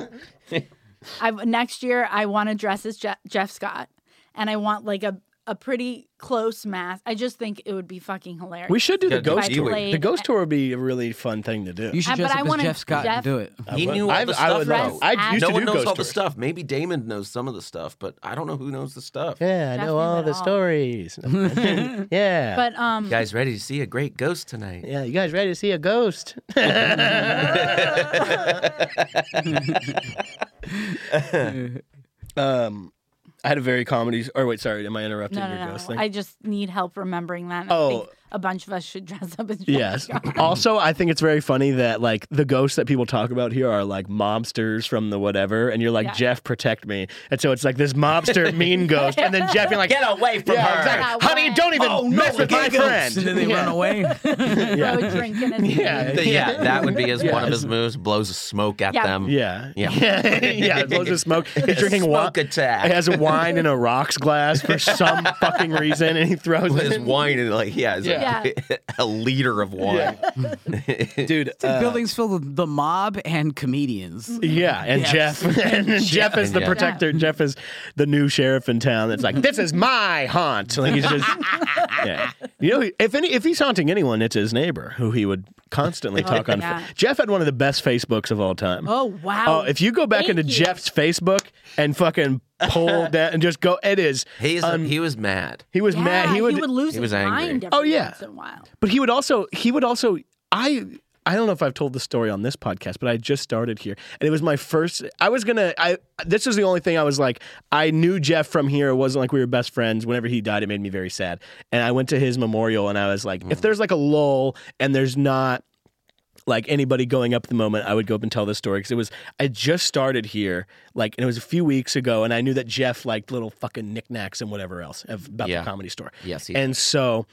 D: [laughs] I next year I want to dress as Je- Jeff Scott, and I want like a a pretty close mask. I just think it would be fucking hilarious.
A: We should do the
C: Gotta do
A: ghost
C: it.
A: tour.
D: Played-
A: The ghost tour would be a really fun thing to do.
B: You should
D: Uh, but
B: dress
D: I
B: up as
D: wanna-
B: Jeff Scott
D: Jeff-
B: and do it.
A: I
C: He
A: would-
C: knew all
A: I've-
C: the
A: I
C: stuff,
A: would
C: though.
A: love- I used
C: no
A: to
C: one
A: do
C: knows
A: ghost
C: all the
A: tours.
C: stuff. Maybe Damon knows some of the stuff, but I don't know who knows the stuff.
A: Yeah, I
D: Jeff
A: know
D: knew
A: all
D: it
A: the
D: all.
A: stories. [laughs]
D: [laughs]
A: yeah.
D: but um,
C: You guys ready to see a great ghost tonight?
A: yeah, you guys ready to see a ghost? [laughs] um, I had a very comedy. Or wait, sorry, am I interrupting
D: no,
A: your
D: no,
A: ghost
D: no.
A: thing?
D: I just need help remembering that. and I
A: Oh.
D: think a bunch of us should dress up as
A: [laughs]
D: Jean [laughs]
A: Yes.
D: Valjean.
A: also, I think it's very funny that like the ghosts that people talk about here are like mobsters from the whatever, and you're like
D: Yeah.
A: Jeff, protect me, and so it's like this
D: [laughs]
A: mobster mean ghost, and then Jeff being like,
C: Get away from
A: yeah,
C: her.
A: exactly.
D: Yeah,
A: honey,
D: what?
A: don't even mess with my friend.
B: And then they
A: yeah.
B: run
A: [laughs]
B: away.
A: Yeah.
D: Road drinking and
A: [laughs] Yeah.
C: Th- Yeah, that would be his one of
A: Yes.
C: his moves. Blows smoke at
D: Yeah.
C: them.
A: Yeah.
C: [laughs] Yeah.
A: Yeah. [laughs] yeah. Blows the smoke.
C: [laughs]
A: He's drinking wine.
C: Smoke attack.
A: He has a wine
C: [laughs]
A: in a rocks glass for some fucking reason, and he throws
C: With
A: it.
C: his wine and like yeah, it's
D: Yeah.
C: like [laughs] a liter of wine.
A: dude.
B: Buildings filled with the mob and comedians.
A: Yeah, and
B: Yes.
A: Jeff, [laughs] and Jeff is
C: And
A: the
C: Jeff.
A: protector. Jeff is the new sheriff in town. That's like, this is my haunt. Like he's
C: [laughs]
A: just, yeah. You know, if any, if he's haunting anyone, it's his neighbor who he would constantly
D: Oh,
A: talk on.
D: yeah.
A: Jeff had one of the best Facebooks of all time.
D: Oh wow!
A: Oh, if you go back
D: Thank
A: into
D: you.
A: Jeff's Facebook and fucking pull down and just go, it is.
C: He's
A: un-
C: he was mad.
A: he was
D: yeah,
A: mad. He would,
D: lose
C: he was
D: his
C: angry.
D: mind. Every
A: Oh, yeah.
D: once in a while.
A: But he would also he would also I I don't know if I've told the story on this podcast, but I just started here and it was my first I was going to I this is the only thing I was like I knew Jeff from here. It wasn't like we were best friends. Whenever he died it made me very sad. And I went to his memorial and I was like
C: Mm-hmm.
A: if there's like a lull and there's not like anybody going up at the moment, I would go up and tell this story because it was I just started here, like, and it was a few weeks ago, and I knew that Jeff liked little fucking knickknacks and whatever else of, about
C: Yeah.
A: the comedy store,
C: Yes, he,
A: and so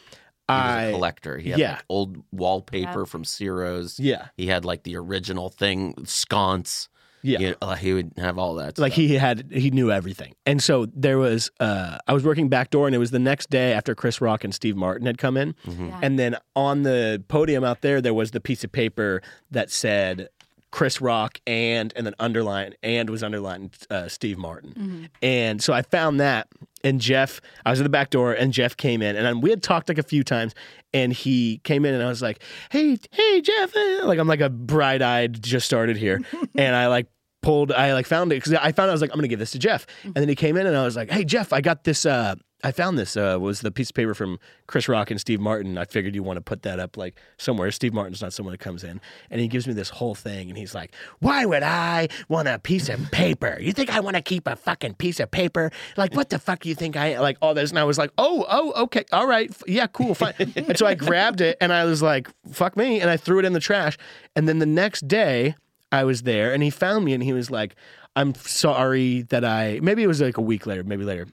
C: he was a
A: I
C: collector. He had
A: yeah.
C: like old wallpaper from Ciro's.
A: yeah
C: He had like the original thing sconce.
A: yeah.
C: He, uh, he would have all that.
A: like
C: stuff.
A: he had he knew everything and so there was uh i was working back door and it was the next day after chris rock and steve martin had come in
C: Mhm.
D: Yeah.
A: Mm-hmm. and then on the podium out there there was the piece of paper that said chris rock and and then underline and was underlined uh, steve martin and so i found that and jeff i was at the back door and jeff came in and I- we had talked like a few times and he came in and i was like hey hey jeff eh," like i'm like a bright-eyed just started here and i like pulled i like found it because i found i was like i'm gonna give this to jeff and then he came in and i was like hey jeff i got this uh i found this uh was the piece of paper from chris rock and steve martin i figured you want to put that up like somewhere steve martin's not someone who comes in and he gives me this whole thing and he's like why would i want a piece of paper you think i want to keep a fucking piece of paper like what the fuck you think i like all this and i was like oh oh okay all right F- yeah cool fine and so i grabbed it and i was like fuck me and i threw it in the trash and then the next day I was there and he found me and he was like, I'm sorry that I maybe it was like a week later, maybe later.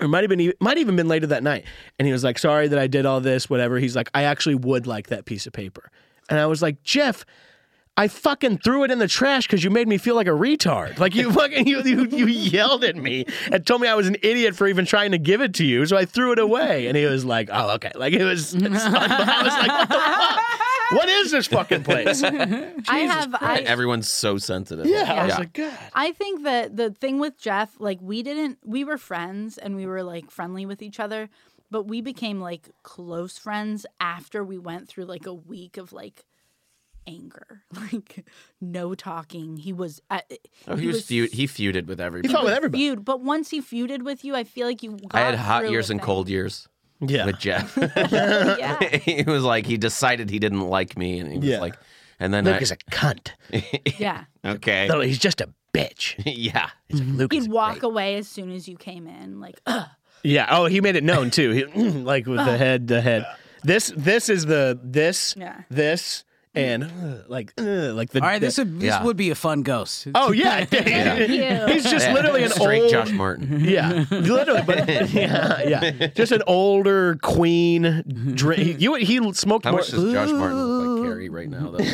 A: Or might have been it might even been later that night. And he was like, sorry that I did all this, whatever. He's like, I actually would like that piece of paper. And I was like, Jeff, I fucking threw it in the trash because you made me feel like a retard. Like you [laughs] fucking you, you you yelled at me and told me I was an idiot for even trying to give it to you. So I threw it away. And he was like, Oh, okay. Like it was it's- I was like, what the fuck? What is this fucking place?
D: I have. I,
C: Everyone's so sensitive.
A: Yeah, I was
C: yeah.
A: like, God.
D: I think that the thing with Jeff, like we didn't, we were friends and we were like friendly with each other, but we became like close friends after we went through like a week of like anger, [laughs] like no talking. He was, uh,
C: Oh, he was feud. He feuded with everybody.
A: He fought with everybody.
D: feud, but once he feuded with you, I feel like you. Got
C: I had hot
D: through
C: years
D: with
C: and
D: him.
C: cold years
A: Yeah.
C: with Jeff.
D: [laughs]
A: [laughs]
C: [laughs]
D: yeah.
C: he was like he decided he didn't like me, and he was
A: Yeah.
C: like, and then
A: Luke
C: I,
A: is a cunt.
D: Yeah.
C: [laughs] okay,
A: No, he's just a [laughs] bitch.
C: [laughs] yeah,
A: Luke is
D: He'd walk
A: great.
D: away as soon as you came in, like, Ugh.
A: Yeah. Oh, he made it known too. He, [clears throat] like with the head, the head. This, this is the this,
D: Yeah.
A: this, and uh, like, uh, like the.
B: All right, this
A: the-
B: would, this
C: Yeah.
B: would be a fun ghost.
A: Oh yeah, [laughs]
D: Yeah.
A: he's just literally an
C: straight
A: old.
C: Josh Martin.
A: [laughs] Yeah, literally, but yeah, yeah, just an older queen. Drink. You he smoked
C: How
A: more.
C: much does Josh Martin look like Carrie right now? Though,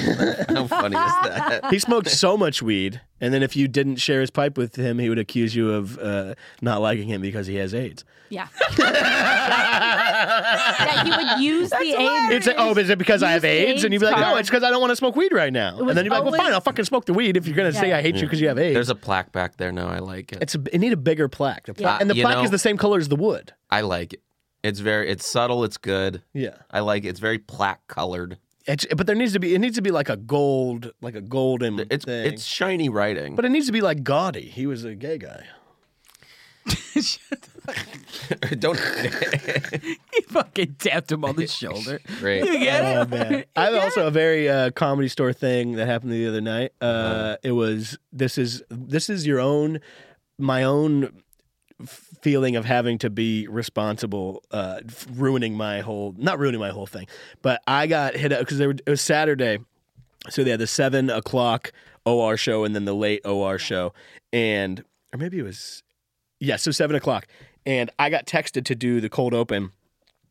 C: [laughs] how funny is
D: [laughs]
C: that?
A: he smoked so much weed, and then if you didn't share his pipe with him, he would accuse you of uh, not liking him because he has AIDS. [laughs]
D: yeah. yeah, he would use the anger.
A: It's like, oh, is it because I
D: Use
A: have
D: the
A: AIDS? And you'd be like,
D: AIDS
A: no,
D: card.
A: it's because I don't want to smoke weed right now. And
D: was
A: then you're like, well,
D: always-
A: fine, I'll fucking smoke the weed if you're gonna say
D: Yeah.
A: I hate you because you have AIDS.
C: There's a plaque back there now. I like it.
A: it's a, it need a bigger plaque, The plaque-
C: Uh,
A: and the
C: you
A: plaque
C: know-
A: is the same color as the wood.
C: I like it. It's very. It's subtle. It's good.
A: Yeah,
C: I like it. It's very plaque colored.
A: it's, but there needs to be it needs to be like a gold, like a golden
C: It's
A: thing.
C: it's shiny writing.
A: but it needs to be like gaudy. He was a gay guy.
C: [laughs]
A: [laughs]
C: don't.
B: [laughs] he fucking tapped him on the
A: [laughs]
B: shoulder.
C: Great.
B: You get it?
A: Oh man! I have also a very uh, comedy store thing that happened the other night. Uh, It was this is this is your own, my own feeling of having to be responsible, uh, f- ruining my whole not ruining my whole thing, but I got hit up because it was Saturday, so they had the seven o'clock OR show and then the late OR show, and or maybe it was yeah, so seven o'clock, and I got texted to do the cold open,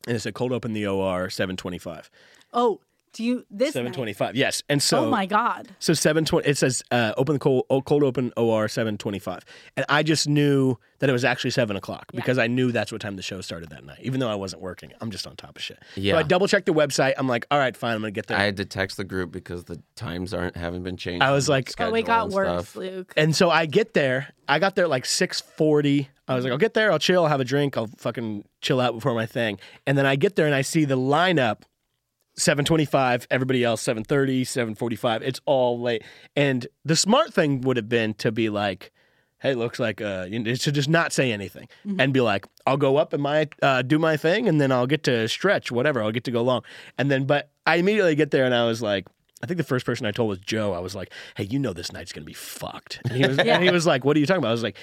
A: and it said cold open the OR seven twenty five,
D: Oh, do you this?
A: seven
D: night.
A: twenty five, yes, and so
D: oh my god.
A: so seven twenty. It says uh, open the cold, oh, cold open OR seven twenty five, and I just knew that it was actually seven o'clock because I knew that's what time the show started that night. Even though I wasn't working, I'm just on top of shit.
C: Yeah.
A: So I double checked the website. I'm like, all right, fine, I'm gonna get there.
C: I had to text the group because the times aren't haven't been changed.
A: I was
C: on
A: like-
C: the
D: Oh, it
C: schedule
D: got
C: and
D: worse,
C: stuff.
D: Luke.
A: and so I get there. I got there at like six forty. I was like, I'll get there. I'll chill. I'll have a drink. I'll fucking chill out before my thing. And then I get there and I see the lineup. 725 everybody else 730 745 it's all late and the smart thing would have been to be like hey looks like uh you know, to just not say anything and be like i'll go up and my uh, do my thing and then i'll get to stretch whatever i'll get to go long and then but i immediately get there and i was like I think the first person I told was Joe. I was like, "Hey, you know this night's gonna be fucked." And he was, and he was like, "What are you talking about?" I was like,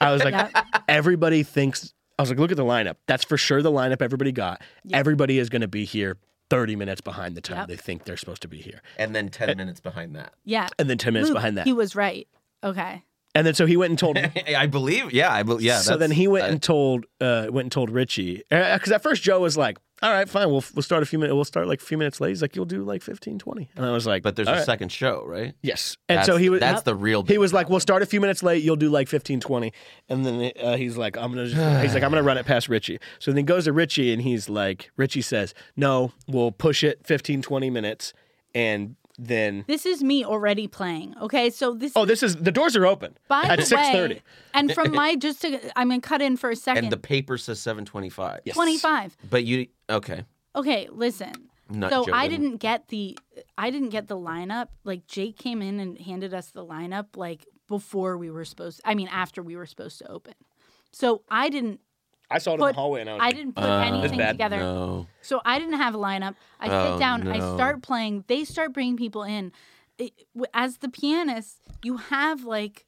A: "I was like, everybody thinks." I was like, "Look at the lineup. That's for sure the lineup everybody got. Everybody is gonna be here 30 minutes behind the time
D: Yep.
A: they think they're supposed to be here,
C: and then
D: Eh.
C: ten minutes behind that.
D: Yeah.
A: and then 10 minutes
D: Luke,
A: behind that."
D: He was right. Okay.
A: and then so he went and
C: [laughs]
A: told
C: [laughs] I believe. Yeah, I believe. Yeah.
A: so
C: that's-
A: then he went
C: I-
A: and told uh, went and told Richie because at first Joe was like, "All right, fine, we'll we'll start a few minutes. We'll start like a few minutes late." He's like, "You'll do like 15, 20. and I was like,
C: but there's a
A: "All right."
C: second show, right?
A: yes." And
C: That's-
A: so he was
C: That's the real.
A: he was like, "We'll start a few minutes late. You'll do like 15, 20. and then uh, he's like, "I'm gonna," just, he's like, "I'm gonna run it past Richie." So then he goes to Richie, and he's like, "Richie says, no, we'll push it 15, 20 minutes, and then
D: This is me already playing. Okay. So this
A: oh, this is the doors are open
D: by
A: at
D: the
A: six
D: way,
A: thirty.
C: [laughs]
D: and from my just to I'm gonna cut in for a second.
C: and the paper says 725.
A: Yes.
D: twenty five.
C: But you okay?
D: Okay, listen.
C: I'm not
D: so I
C: joking.
D: didn't get the I didn't get the lineup. Like Jake came in and handed us the lineup like before we were supposed I mean after we were supposed to open. So I didn't
A: I saw it in
D: put
A: the hallway, and I was
D: I
A: like,
D: didn't put
A: That's
D: anything
A: bad.
D: together.
C: No.
D: So I didn't have a lineup. I
C: Oh,
D: sit down, I
C: no.
D: start playing. They start bringing people in. It, w- as the pianist, you have like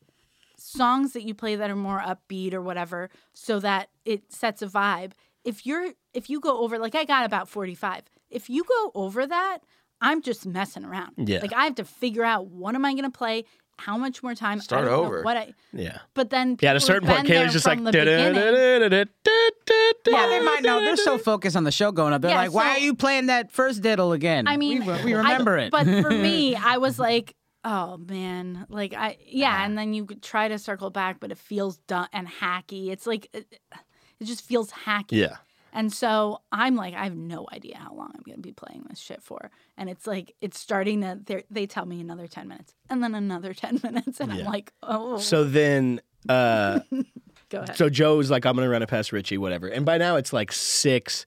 D: songs that you play that are more upbeat or whatever, so that it sets a vibe. If you're if you go over, like I got about forty five. If you go over that, I'm just messing around.
A: Yeah.
D: Like I have to figure out what am I gonna play, how much more time. I
C: Start
D: don't know
C: over.
D: what I.
A: "Yeah."
D: But then
A: Yeah, at a
D: people
A: certain
D: have
A: point,
D: been
A: Kaylee's
D: there
A: just like,
D: from the beginning.
B: Yeah, they might know. They're so focused on the show going up. They're
D: Yeah,
B: like, why
D: so-
B: are you playing that first diddle again?
D: I mean,
B: we, re- we
D: I-
B: remember it.
D: But for
A: [laughs]
D: me, I was like, oh man, like I
A: Uh-huh.
D: yeah. And then you could try to circle back, but it feels dumb and hacky. It's like it, it just feels hacky.
A: Yeah.
D: And so I'm like, I have no idea how long I'm gonna be playing this shit for. And it's like it's starting to. they're- They tell me another ten minutes, and then another [laughs] ten minutes, and I'm
A: Yeah.
D: like, oh,
A: So then, uh,
D: go ahead.
A: so Joe's like, I'm gonna run it past Richie, whatever. And by now it's like six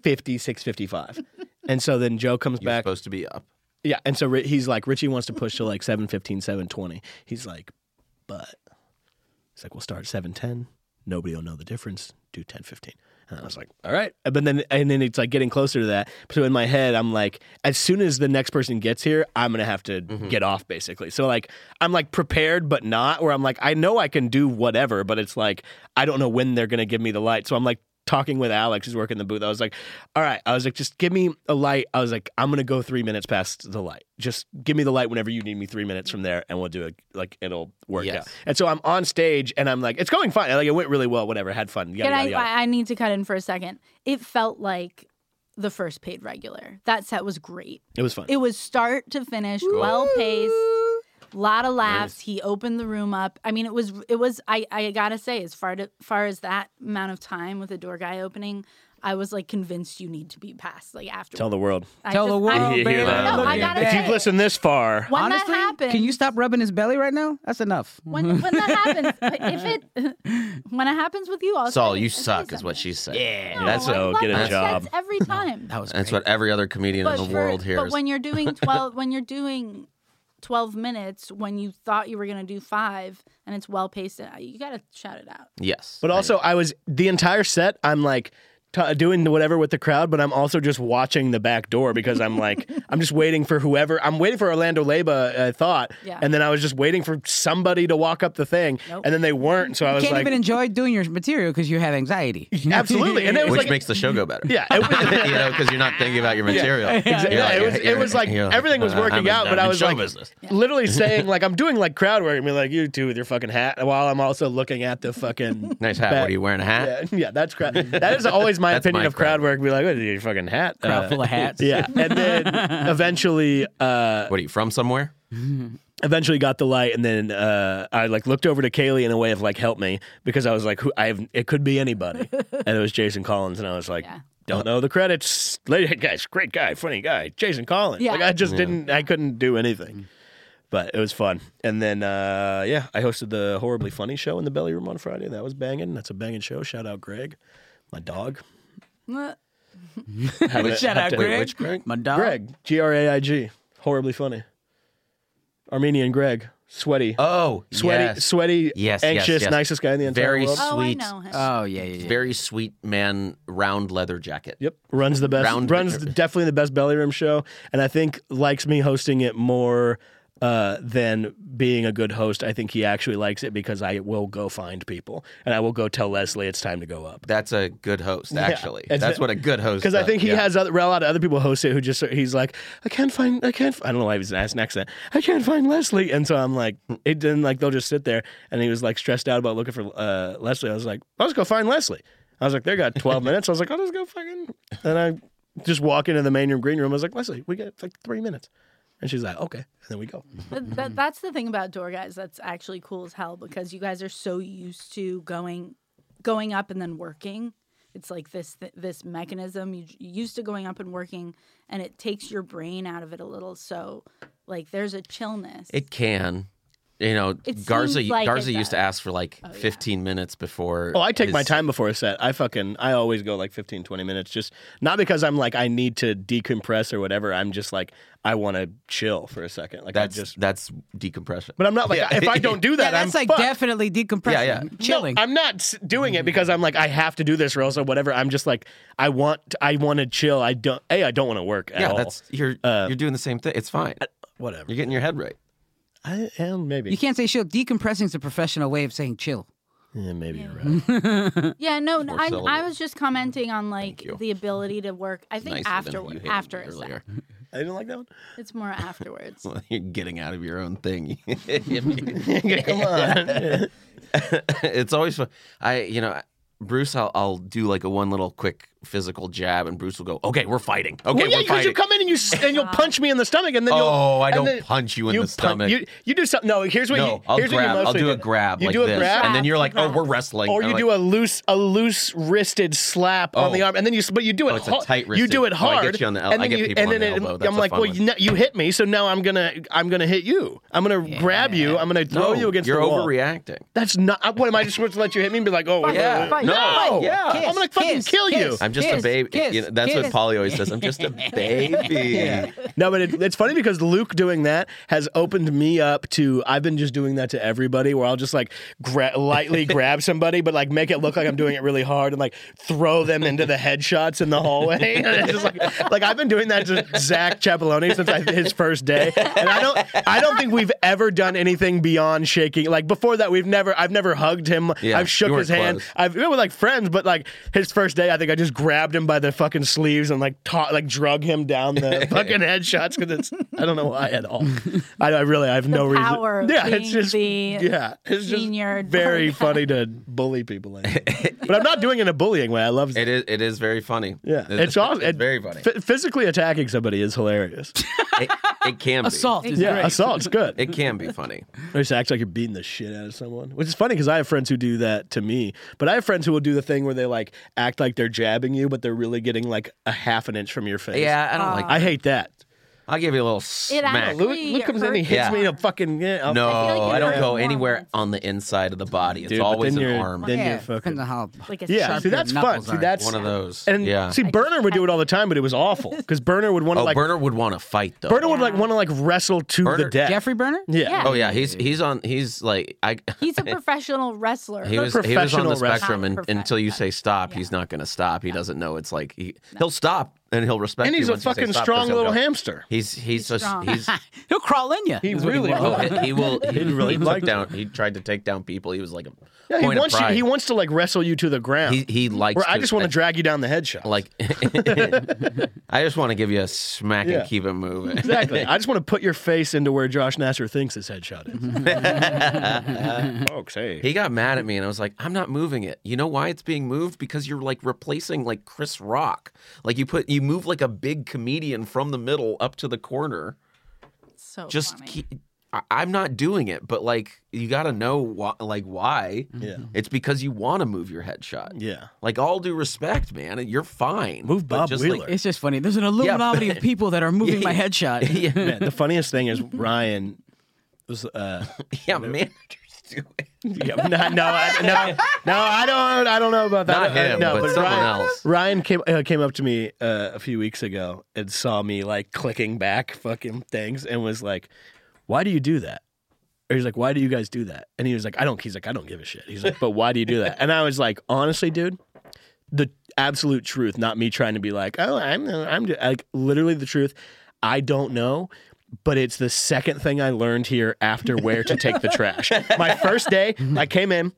A: fifty, six fifty-five. And so then Joe comes
C: You're
A: back.
C: supposed to be up.
A: Yeah, and so Ri- he's like, Richie wants to push to like 715, 720. He's like, but he's like, we'll start at 710. Nobody will know the difference. Do 1015. And I was like, all right. But then and then it's like getting closer to that. So in my head, I'm like, as soon as the next person gets here, I'm gonna have to get off basically. So like I'm like prepared but not where I'm like, I know I can do whatever, but it's like I don't know when they're gonna give me the light. So I'm like talking with Alex, who's working the booth. I was like, all right. I was like, just give me a light. I was like, I'm gonna go three minutes past the light. Just give me the light whenever you need me three minutes from there, and we'll do it. Like it'll work
C: Yes.
A: out. And so I'm on stage, and I'm like, it's going fine. Like it went really well. Whatever, had fun. Yada,
D: Can I,
A: yada, yada.
D: I? I need to cut in for a second. It felt like the first paid regular. That set was great.
A: it was fun.
D: It was start to finish, well paced, lot of laughs. He opened the room up. I mean, it was it was. I I gotta say, as far to, far as that amount of time with the door guy opening, I was like convinced you need to be passed like after.
A: Tell the world.
D: I
B: Tell
D: just-
B: the
D: I-
B: world,
A: You hear
B: baby.
A: that?
D: No,
B: look
D: I
B: at
D: gotta
B: that.
A: If
D: say-
A: you've listened this far,
D: when
B: Honestly,
D: that happens,
B: can you stop rubbing his belly right now? That's enough.
D: [laughs] When, when that happens, [laughs] but if it [laughs] when it happens with you, I'll
C: Saul,
D: say-
C: you
D: I'll say
C: suck, is
D: something.
C: what she said.
A: yeah,
D: No,
A: that's
D: I
A: so
D: love
A: get a
D: that.
A: job.
D: That's every time.
B: That was
C: That's
B: great.
C: what every other comedian in the
D: for-
C: world
D: But
C: hears.
D: when
C: [laughs]
D: you're doing twelve, when you're doing twelve minutes, when you thought you were gonna do five, and it's well paced, you gotta uh, shout it out.
C: yes.
A: But also, I was the entire set. I'm like t- doing the whatever with the crowd, but I'm also just watching the back door because I'm
D: [laughs]
A: like, I'm just waiting for whoever. I'm waiting for Orlando Leba, I thought,
D: Yeah.
A: and then I was just waiting for somebody to walk up the thing,
D: Nope.
A: and then they weren't. So I was
B: Can't
A: like,
B: even enjoy doing your material because you have
A: [laughs]
B: anxiety.
A: absolutely,
B: [laughs]
A: and it was
C: which
A: like,
C: makes the show go better.
D: [laughs]
A: yeah, it was-
C: [laughs] you know, because you're not thinking about your material.
A: Exactly.
C: You're
A: Yeah, it
C: you're-
A: was- it
C: you're-
A: was like
C: you're "Uh,
A: everything was
C: I'm
A: working
C: in-
A: out, but
C: I'm
A: I
C: in
A: was
C: show
A: like-
C: business.
A: literally saying like I'm doing like crowd work. I mean, like you two with your fucking hat, while I'm also looking at the fucking
C: Nice hat.
A: Back-
C: What are you wearing? A hat?
A: yeah, [laughs] yeah. That's
C: [laughs]
A: crowd. That is always my
C: That's
A: opinion
C: my
A: of crowd
C: crowd.
A: work. Be like, what is your fucking hat?
B: Crowd
A: Uh,
B: full of
A: [laughs]
B: hats.
A: yeah, and
B: [laughs]
A: then eventually, uh,
C: What are you from somewhere?
A: eventually got the light, and then uh, I like looked over to Kaylee in a way of like, help me, because I was like, who? I have. It could be
D: [laughs]
A: anybody, and it was Jason Collins, and I was like.
D: Yeah.
A: Don't know the credits. Lady guys, great guy, funny guy, Jason Collins.
D: Yeah. Mm-hmm.
A: Like I just didn't, I couldn't do anything, but it was fun. And then, uh, yeah, I hosted the horribly funny show in the belly room on Friday. That was banging. That's a banging show. Shout out Greg, my dog. Have it- have
B: Shout out,
A: to-
C: Wait,
B: Greg.
C: which Greg?
B: My
D: Oh.
B: dog.
A: Greg, G R A I G. Horribly funny. Armenian Greg, sweaty,
C: Oh,
A: sweaty,
C: yes.
A: sweaty,
C: Yes, yes,
A: anxious,
C: yes.
A: nicest guy in the entire
C: Very
A: world.
D: Oh, I
C: Sweet. Uh,
D: know him.
B: Oh yeah, yeah, yeah.
C: very sweet man, round leather jacket.
A: Yep, runs the best.
C: Round-
A: runs definitely the best belly room show, and I think likes me hosting it more uh, than being a good host. I think he actually likes it because I will go find people and I will go tell Leslie it's time to go up.
C: That's a good host, actually.
A: it's
C: That's
A: a-
C: what a good host.
A: Because I
C: does,
A: think he
C: yeah.
A: has other, a lot of other people host it who just he's like I can't find I can't f-" I don't know why he's an accent I can't find Leslie and so I'm like it didn't like they'll just sit there and he was like stressed out about looking for uh, Leslie I was like I'll just go find Leslie I was like they got 12 minutes I was like I'll just go fucking and I just walk into the main room green room I was like Leslie we got like three minutes and she's like okay and then we go
D: That,
C: mm-hmm.
D: that, that's the thing about door guys that's actually cool as hell because you guys are so used to going going up and then working it's like this th- this mechanism you, you're used to going up and working and it takes your brain out of it a little so like there's a chillness
C: It can. You know,
D: It
C: Garza
D: seems like it
C: Garza used to
D: does. Oh,
C: ask for like 15 minutes before.
A: Oh, I take my
C: his-
A: time before a set. I fucking I always go like 15 20 minutes just not because I'm like I need to decompress or whatever. I'm just like I want to chill for a second. Like
C: That's
A: I just
C: that's decompression.
A: But I'm not like
C: Yeah.
A: if I don't do
B: [laughs] yeah
A: that
B: that's
A: I'm
B: like
A: fucked.
B: definitely decompressing.
C: Yeah, yeah. No,
B: Chilling.
A: No, I'm not s- doing it because I'm like I have to do this or else or whatever. I'm just like I want I want to chill. I don't A I don't want to work at
C: yeah,
A: all. Uh,
C: that's you're you're doing the same thing. It's fine.
A: whatever.
C: You're getting your head right.
A: I, and maybe
B: you can't say chill. Decompressing is a professional way of saying chill.
A: Yeah, eh, maybe you're
B: [laughs]
A: right.
D: yeah no no,
C: Four
D: I, I
C: syllables.
D: was just commenting on like
C: you.
D: the ability to work i think
C: Nicer than you
D: afterward
C: hated
D: after
C: me
D: a set.
C: earlier.
A: I didn't like that one.
D: it's more afterwards
C: [laughs] You're getting out of your own thing. [laughs]
A: [laughs] Come on.
C: it's always fun. I, you know, Bruce, I'll, I'll do like a one little quick physical jab, and Bruce will go, "Okay, we're fighting. Okay,
A: well, yeah,
C: we're
A: because
C: fighting."
A: you come in and you s- and you'll punch me in the stomach and then you'll
C: oh, I
A: and
C: don't
A: then-
C: punch you in the
A: punch-
C: stomach.
A: you, you do something. No, here's what
C: no,
A: you.
C: I'll
A: here's what you
C: grab. I'll
A: mostly
C: do a grab
A: You
C: like
A: do a
C: this,
A: grab,
C: and then you're like, "Oh,
A: [laughs]
D: Grab.
C: we're wrestling,"
A: or you
C: like,
A: do a loose, a loose wristed slap on
C: Oh.
A: the arm, and then you. s- But you do it.
C: it's a
A: hard-
C: tight-wristed.
A: You do it
C: Oh, I
A: hard.
C: get you on the el-
A: and
C: I
A: then
C: get
A: you-
C: people
A: and
C: on
A: then
C: the
A: it-
C: elbow. That's
A: I'm
C: a
A: like,
C: fun
A: well,
C: one.
A: you, you hit me, so now I'm gonna, I'm gonna hit you. I'm gonna grab you. I'm gonna throw
C: No,
A: you against
C: you're
A: the wall.
C: overreacting.
A: That's not. I- What am I just supposed to let you hit me and be like, oh, wait,
C: Yeah.
A: wait, wait.
C: Fight,
A: no,
C: fight, yeah.
A: Uh, I'm gonna fucking
B: kiss,
A: kill you.
B: kiss,
C: I'm just
B: kiss,
C: a baby.
B: kiss,
C: you know, that's
B: kiss.
C: what Polly always says. I'm just a
A: [laughs]
C: baby.
A: No, but it, it's funny because Luke doing that has opened me up to. I've been just doing that to everybody, where I'll just like gra- lightly
C: [laughs]
A: grab somebody, but like make it look like I'm doing it really hard, and like throw them into the headshots in the hallway. [laughs] And it's just like, like I've been doing that to Zach Chapeloni since I, his first day, and I don't, I don't think we've ever done anything beyond shaking. Like before that, we've never, I've never hugged him.
C: Yeah,
A: I've shook
C: you
A: his
C: weren't
A: hand.
C: close.
A: I've we were like friends, but like his first day, I think I just grabbed him by the fucking sleeves and like taught, like drug him down
C: [laughs]
A: the fucking headshots because it's I don't know why at all. I, I really I have no
D: power of
A: reason. Yeah, it's
D: being
A: just
D: the
A: yeah, it's just
D: senior [laughs]
A: very
D: drug
A: funny to bully people, like. but I'm not doing it in a bullying way. I love
C: It is. It is very funny.
A: Yeah,
C: It-
A: it's awesome.
C: It's very funny.
A: F- physically attacking somebody is
C: [laughs]
A: hilarious.
C: It, it can be.
B: Assault is
A: yeah,
B: great.
A: assault's good.
C: It can be funny.
A: Or just act like you're beating the shit out of someone, which is funny because I have friends who do that to me. But I have friends who will do the thing where they like act like they're jabbing you, but they're really getting like a half an inch from your face.
C: Yeah, I don't like.
A: I hate that.
C: I'll give you a little
D: It
C: smack.
D: actually
A: Luke, Luke comes in, he
D: hurts
A: hits me in
D: more.
A: a fucking. Yeah, I'll-
C: no,
D: I
C: I,
D: feel like it
C: don't
D: hurts
C: go
D: more.
C: anywhere on the inside of the body. It's
A: Dude, but
C: always
A: then
C: an
A: you're-
C: arm.
A: Then
B: yeah,
A: you're fucking-
B: depends on how.
D: like a
A: Yeah,
D: sharp
A: see that's fun.
B: knuckles
A: See
B: aren't.
A: that's
C: One of those.
A: And
C: yeah.
A: see, Burner would do it all the time, but it was awful because Burner would want to
C: oh,
A: like
C: Burner would want to fight though.
A: Burner would like
D: Yeah.
A: want to like wrestle to the
C: Burner-
A: death.
B: Jeffrey Burner?
A: yeah.
D: Yeah.
C: Oh yeah, he's he's on. He's like I. [laughs]
D: He's a professional wrestler.
C: He was, he was on
A: professional
C: the
A: wrestler.
C: spectrum, and
D: Not
C: until you say stop, he's not going to stop. He doesn't know it's like he, he'll stop and he'll respect.
A: and he's a
C: you once you say
A: fucking
C: stop, 'cause
A: strong
C: he'll
A: little
C: go-
A: hamster.
C: He's he's just
D: strong.
C: he's
B: He'll crawl in you.
A: He
B: is what
A: really
B: wants.
A: will.
C: oh, he, he will
A: [laughs]
C: he,
A: really
C: really took
A: liked it.
C: down. He tried to take down people. He was like a
A: Yeah, he
C: point
A: wants
C: of
A: you,
C: pride.
A: he wants to like wrestle you to the ground.
C: he, he likes.
A: where I
C: to-
A: just want to drag you down the headshot. [laughs]
C: [laughs] like. [laughs] I just want to give you a smack
A: Yeah.
C: and keep it moving.
A: exactly. I just want to put your face into where Josh Nasser thinks his headshot is. Folks, hey.
C: [laughs] He got mad at me, and I was like, "I'm not moving it. You know why it's being moved? Because you're like replacing like Chris Rock. Like you put you move like a big comedian from the middle up to the corner.
D: So
C: Just
D: funny.
C: keep. I, I'm not doing it, but like you got to know why. Like why?
A: Yeah.
C: It's because you want to move your headshot.
A: Yeah.
C: Like all due respect, man, you're fine.
A: Move
C: But
A: Bob
C: just,
A: Wheeler.
B: It's just funny. There's an Illuminati of people that are moving my headshot.
C: Like, [laughs] yeah,
A: Man, the funniest thing is Ryan was uh
C: [laughs]
A: [laughs]
C: yeah, managers do it.
A: yeah, no, no, I, no, no, I don't, I don't know about that.
C: [laughs] Not
A: I- I-
C: him,
A: no,
C: but someone
A: Ryan,
C: else.
A: Ryan came uh, came up to me uh, a few weeks ago and saw me like clicking back fucking things and was like, "Why do you do that?" Or he's like, "Why do you guys do that?" And he was like, "I don't." He's like, "I don't give a shit." He's like, "But why do you do that?" And I was like, "Honestly, dude." The absolute truth, not me trying to be like, oh, I'm, I'm like literally the truth. I don't know, but it's the second thing I learned here after where to take the trash. My first day, I came in,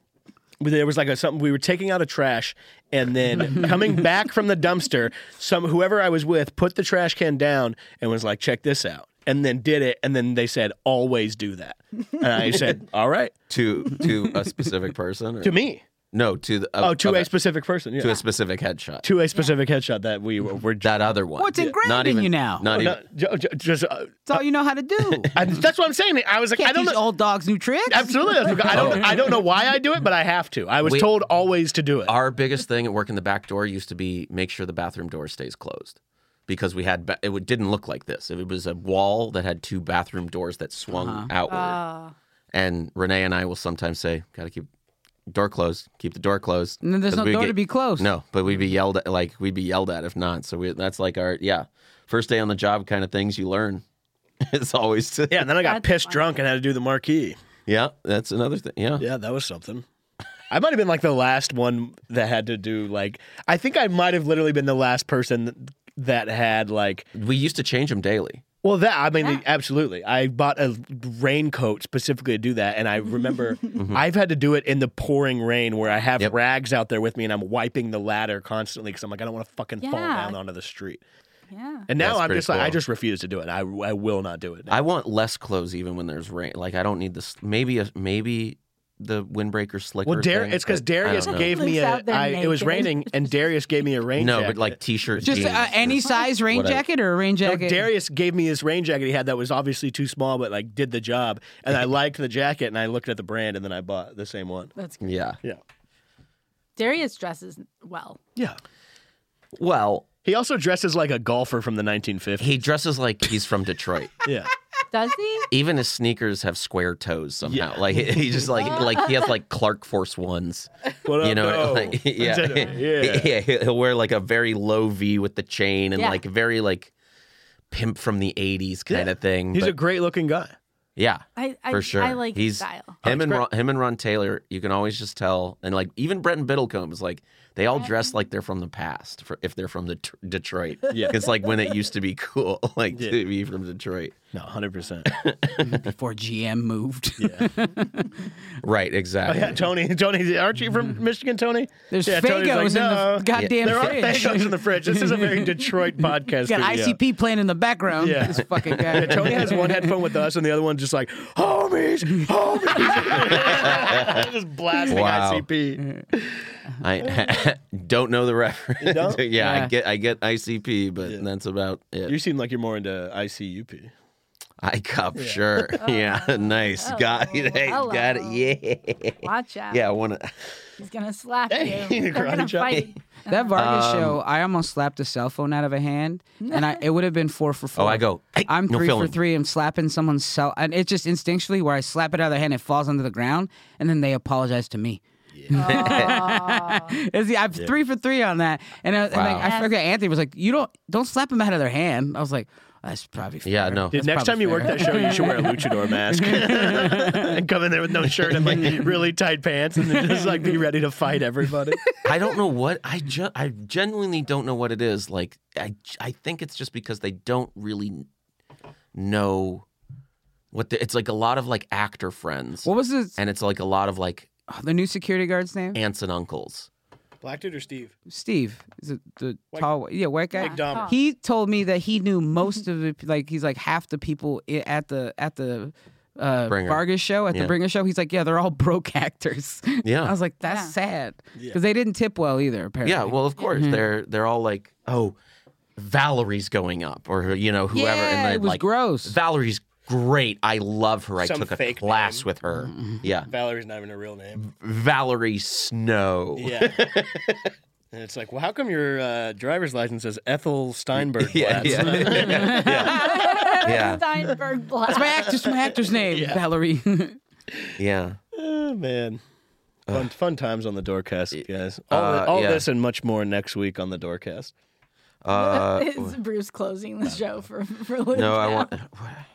A: there was like a something we were taking out of trash and [laughs] then coming back from the dumpster some whoever i was with put the trash can down and was like check this out and then did it and then they said always do that and i [laughs] said all right
C: to to a specific person. Or,
A: to me
C: no, to the
A: oh to a
C: specific
A: specific person yeah.
C: to a specific headshot.
A: to a specific headshot that we were, [laughs] were
C: that other one.
B: What's ingrained
C: not
B: in
C: even,
B: you now?
C: Not even.
A: no, ju- ju- just, uh,
B: That's all you know how
C: [laughs]
B: to do.
A: I, that's what i'm saying i was like
B: Can't
A: i don't
B: teach
A: know
B: old dogs new tricks.
A: absolutely that's what- i don't i don't know why i do it but i have to i was
C: We-
A: told always to do it
C: Our biggest thing at work in the back door used to be make sure the bathroom door stays closed because we had ba- it would- didn't look like this. It was a wall that had two bathroom doors that swung
B: Uh-huh.
C: outward.
B: Oh.
D: Uh,
C: and Renee and I will sometimes say, "Got to keep door closed. Keep the door closed."
B: And then there's
C: 'Cause
B: no
C: we'd
B: door
C: get-
B: to be closed.
C: No, but we'd be yelled at. Like we'd be yelled at if not. So we, that's like our yeah first day on the job kind of things you learn. [laughs] it's always to,
A: yeah and then i got
D: That's
A: pissed
D: funny.
A: drunk and had to do the marquee
C: yeah. That's another thing. Yeah.
A: Yeah, that was something. I might have been like the last one that had to do like I think I might have literally been the last person that had like
C: we used to change them daily.
A: well that I mean
D: Yeah.
A: absolutely. I bought a raincoat specifically to do that and I
D: Mm-hmm. [laughs]
A: remember I've had to do it in the pouring rain where I have
C: Yep.
A: rags out there with me and I'm wiping the ladder constantly cuz I'm like I don't want to fucking fall
D: Yeah.
A: down onto the street.
D: yeah.
A: And now
C: That's
A: I'm
C: pretty
A: just like I
C: cool.
A: just refuse to do it. I I will not do it. now.
C: I want less clothes even when there's rain. Like I don't need this. Maybe a maybe the windbreaker slicker.
A: well, Dar-
C: thing,
A: it's because
C: but I
A: Darius
C: don't know.
A: gave me
D: Luke's
A: a.
D: out there
A: I, it was
D: naked.
A: raining, and Darius gave
C: [laughs]
A: me a rain
C: no,
A: jacket.
C: but like t-shirt.
B: Just uh,
C: jeans.
B: any size rain
C: Whatever.
B: jacket or a rain
A: No,
B: jacket.
A: Darius gave me his rain jacket he had that was obviously too small, but like did the job. And [laughs] I liked the jacket, and I looked at the brand, and then I bought the same one.
D: That's good.
C: Yeah.
A: Yeah,
D: Darius dresses well.
A: yeah.
C: Well,
A: He also dresses like a golfer from the 1950s.
C: he dresses like he's from Detroit.
A: [laughs] Yeah,
D: Does he?
C: even his sneakers have square toes somehow. Like he- he just like like he has like Clark Force ones.
A: What up,
C: you know, [laughs]
A: though?
C: like, yeah,
A: Yeah.
C: [laughs] yeah. He'll he'll wear like a very low V with the chain and
D: Yeah.
C: like very like pimp from the '80s kind
A: Yeah.
C: of thing.
A: he's
C: but-
A: a great-looking guy.
C: yeah.
D: I, I
C: for sure.
D: I like his
C: he's
D: style.
A: Oh,
C: him and Ron, him and Ron Taylor. You can always just tell, and like even Bretton Biddlecombe is like they all dress like they're from the past for, if they're from the Detroit.
A: [laughs] Yeah.
C: it's like when it used to be cool, [laughs] like
A: Yeah.
C: to be from Detroit.
A: No, hundred [laughs] percent.
B: Before GM moved. [laughs]
C: Right, exactly.
A: Oh, Yeah, Tony, Tony, aren't you from Michigan, Tony?
B: There's
A: yeah,
B: Fagos
A: Tony's like,
B: in
A: no,
B: the goddamn
A: There are
B: fridge.
A: Fagos in the fridge. This is a [laughs] very Detroit podcast.
B: He's got
A: studio.
B: ICP playing in the background.
A: uh, Yeah.
B: This fucking guy.
A: Yeah, Tony has one headphone with us, and the other one's just like, homies, homies. just blasting
C: Wow.
A: ICP.
C: I [laughs] don't know the reference.
A: don't?
C: [laughs] yeah, I
B: Yeah.
C: get I get ICP, but that's about it.
A: You seem like you're more into ICUP.
C: I cup, sure. [laughs] yeah, nice. got it. Hey, got
D: hello.
C: it. Yeah.
D: Watch out.
C: Yeah, I want to.
D: He's gonna
A: [laughs]
D: slap
A: Hey,
D: you. They're
A: karate
D: gonna
A: chop.
D: fight.
B: That
A: Uh-huh.
B: Vargas
C: Um,
B: show, I almost slapped a cell phone out of a hand, and I
A: [laughs]
B: it would have been four for four.
C: Oh, I go. Hey,
B: I'm
C: no
B: three for
C: feeling.
B: three. I'm slapping someone's cell, and it's just instinctually where I slap it out of their hand, it falls onto the ground, and then they apologize to me. [laughs] It's the- I'm three for three on that, and I, and like,
C: Wow.
B: I forget. Anthony was like, "You don't don't slap him out of their hand." I was like, "That's probably fair.
C: Yeah, no.
A: Dude, next time
B: probably
A: you work
B: fair.
A: that show, you should [laughs] wear a luchador mask and come in there with no shirt [laughs] and like really tight pants, and then just like be ready to fight everybody.
C: I don't know what I ju- I genuinely don't know what it is. Like I I think it's just because they don't really know what the, it's like a lot of like actor friends
B: What was the
C: and it's like a lot of like
B: the new security guard's name?
C: aunts and uncles.
A: [laughs] Black dude or Steve?
B: Steve is it the tall, yeah, white guy.
D: Yeah,
A: Dumber.
D: talk.
B: He told me that he knew most of the like he's like half the people i- at the at the uh
C: Bringer.
B: Vargas show at
C: Yeah.
B: the Bringer show. He's like, yeah, they're all broke [laughs] actors. I
C: Yeah.
B: was like, that's
D: Yeah.
B: sad
A: Yeah.
B: because they didn't tip well either. Apparently,
C: Yeah, well of course
A: Mm-hmm.
C: they're they're all like, "Oh, Valerie's going up," or you know, whoever
B: Yeah,
C: and then
B: it was
C: like
B: gross.
C: Valerie's great. I love her. I
A: Some
C: took a
A: fake
C: class
A: name. Mm-hmm.
C: with her. Yeah.
A: Valerie's not even a real name.
C: Valerie Snow.
B: [laughs]
A: Yeah. [laughs] And it's like, well, how come your uh, driver's license says Ethel [laughs] Steinberg?
C: Yeah,
A: Blatz? [laughs]
C: yeah. yeah. Yeah. [laughs]
D: Steinberg
B: that's my
D: Black.
B: actress, my actor's name, Valerie. [laughs]
C: Yeah.
A: Oh, man. Fun, fun times on the Doorcast, guys. All,
C: Uh,
A: thi- all
C: yeah.
A: this and much more next week on the Doorcast.
C: Uh,
D: Is Bruce closing the show for for Luke
C: no, I
D: now?
C: want.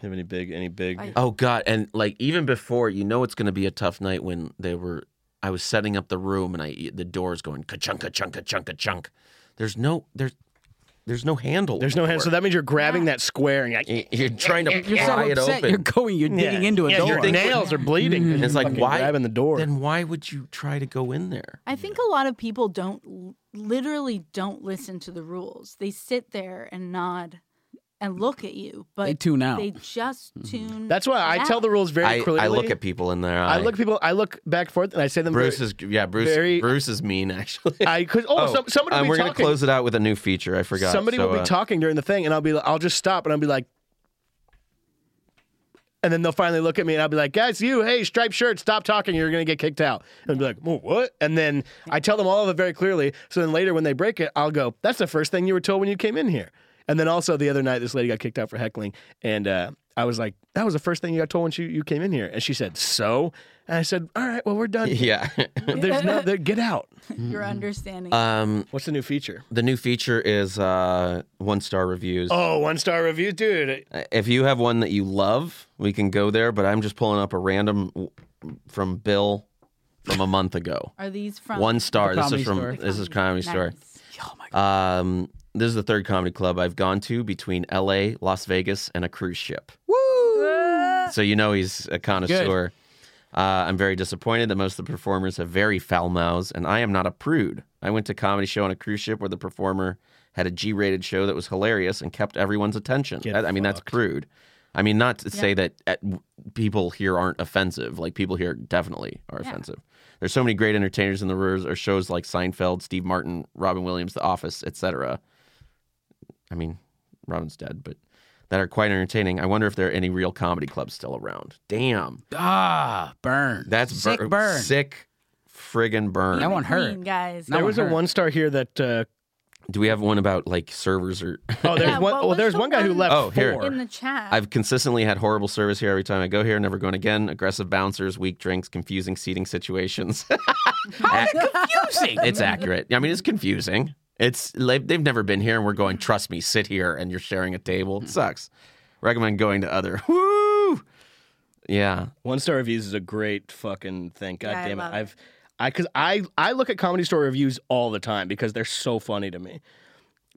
A: Have any big, any big?
C: Oh God! And like even before, you know, it's going to be a tough night when they were. I was setting up the room, and I the doors going ka chunk ka chunk ka chunk ka chunk. There's no there's there's no handle.
A: There's no hand, so that means you're grabbing that square and you're like,
C: Y- you're trying to
B: You're so
C: pry it
B: upset.
C: open.
B: You're going. You're
A: yeah,
B: digging into a
A: yeah,
B: door.
A: Your nails are bleeding.
C: And Mm. it's like
A: Fucking
C: why
A: grabbing the door.
C: Then why would you try to go in there?
D: I think a lot of people don't literally don't listen to the rules. They sit there and nod and look at you, but
B: They tune out. Mm-hmm.
D: They just tune.
A: That's why I
D: out.
A: tell the rules very
C: I,
A: clearly.
C: I look at people in their
A: I
C: eye.
A: look people. I look back and forth and I say them.
C: Bruce
A: very,
C: is yeah. Bruce
A: very-
C: Bruce is mean actually.
A: I cause oh, some, somebody
C: um,
A: will be
C: we're gonna
A: talking.
C: close it out with a new feature. I forgot.
A: somebody
C: So,
A: will be
C: uh,
A: talking during the thing, and I'll be. I'll just stop, and I'll be like. And then they'll finally look at me, and I'll be like, "Guys, you, hey, striped shirt, stop talking. You're gonna get kicked out." And they'll be like, "Well, what?" And then I tell them all of it very clearly. So then later, when they break it, I'll go, "That's the first thing you were told when you came in here." And then also the other night, this lady got kicked out for heckling, and uh, I was like, "That was the first thing you got told when you, you came in here." And she said, "So," and I said, "All right, well, we're done. [laughs]
C: [laughs] Yeah.
A: There's no there, get out."
B: Mm-hmm.
D: your understanding.
C: um.
A: What's the new feature?
C: The new feature is uh, one star reviews. Uh,
A: Oh, one star review, dude.
C: If you have one that you love, we can go there. But I'm just pulling up a random w- from Bill from a month ago.
D: Are these from
C: One star.
B: The
C: This
B: Comedy
C: is from
B: Store.
C: this is comedy store.
D: Nice.
C: Um, this is the third comedy club I've gone to between L.A., Las Vegas, and a cruise ship.
B: Woo!
C: So you know he's a connoisseur. Uh, I'm very disappointed that most of the performers have very foul mouths, and I am not a prude. I went to a comedy show on a cruise ship where the performer had a G-rated show that was hilarious and kept everyone's attention. That- I mean, that's prude. I mean, not to say that at, people here aren't offensive. Like people here definitely are offensive. There's so many great entertainers in the rooms or shows like Seinfeld, Steve Martin, Robin Williams, The Office, etc. I mean, Robin's dead, but that are quite entertaining. I wonder if there are any real comedy clubs still around. Damn,
B: Ah, burn.
C: that's
B: sick burn.
C: Sick friggin' burn.
B: That one hurt.
D: Clean, guys.
B: That
A: There was a
B: hurt.
A: one star here that. Uh,
C: Do we have one about like
B: [laughs]
C: servers or?
A: oh, there's
D: Yeah,
A: one.
D: what
A: Well,
D: was
A: there's
D: the
A: one guy who
D: one-
A: left.
C: Oh, here.
A: four.
D: in the chat.
C: I've consistently had horrible service here every time I go here. Never going again. Aggressive bouncers, weak drinks, confusing seating situations. [laughs]
B: Confusing.
C: it's accurate. I mean, it's confusing. It's like they've never been here, and we're going. Trust me, sit here, and you're sharing a table.
B: Hmm.
C: It sucks. Recommend going to other. [laughs] Woo! Yeah,
A: One star reviews is a great fucking thing. God
D: Yeah, I
A: damn it.
D: love it.
A: I've, I, cause I, I look at comedy store reviews all the time because they're so funny to me.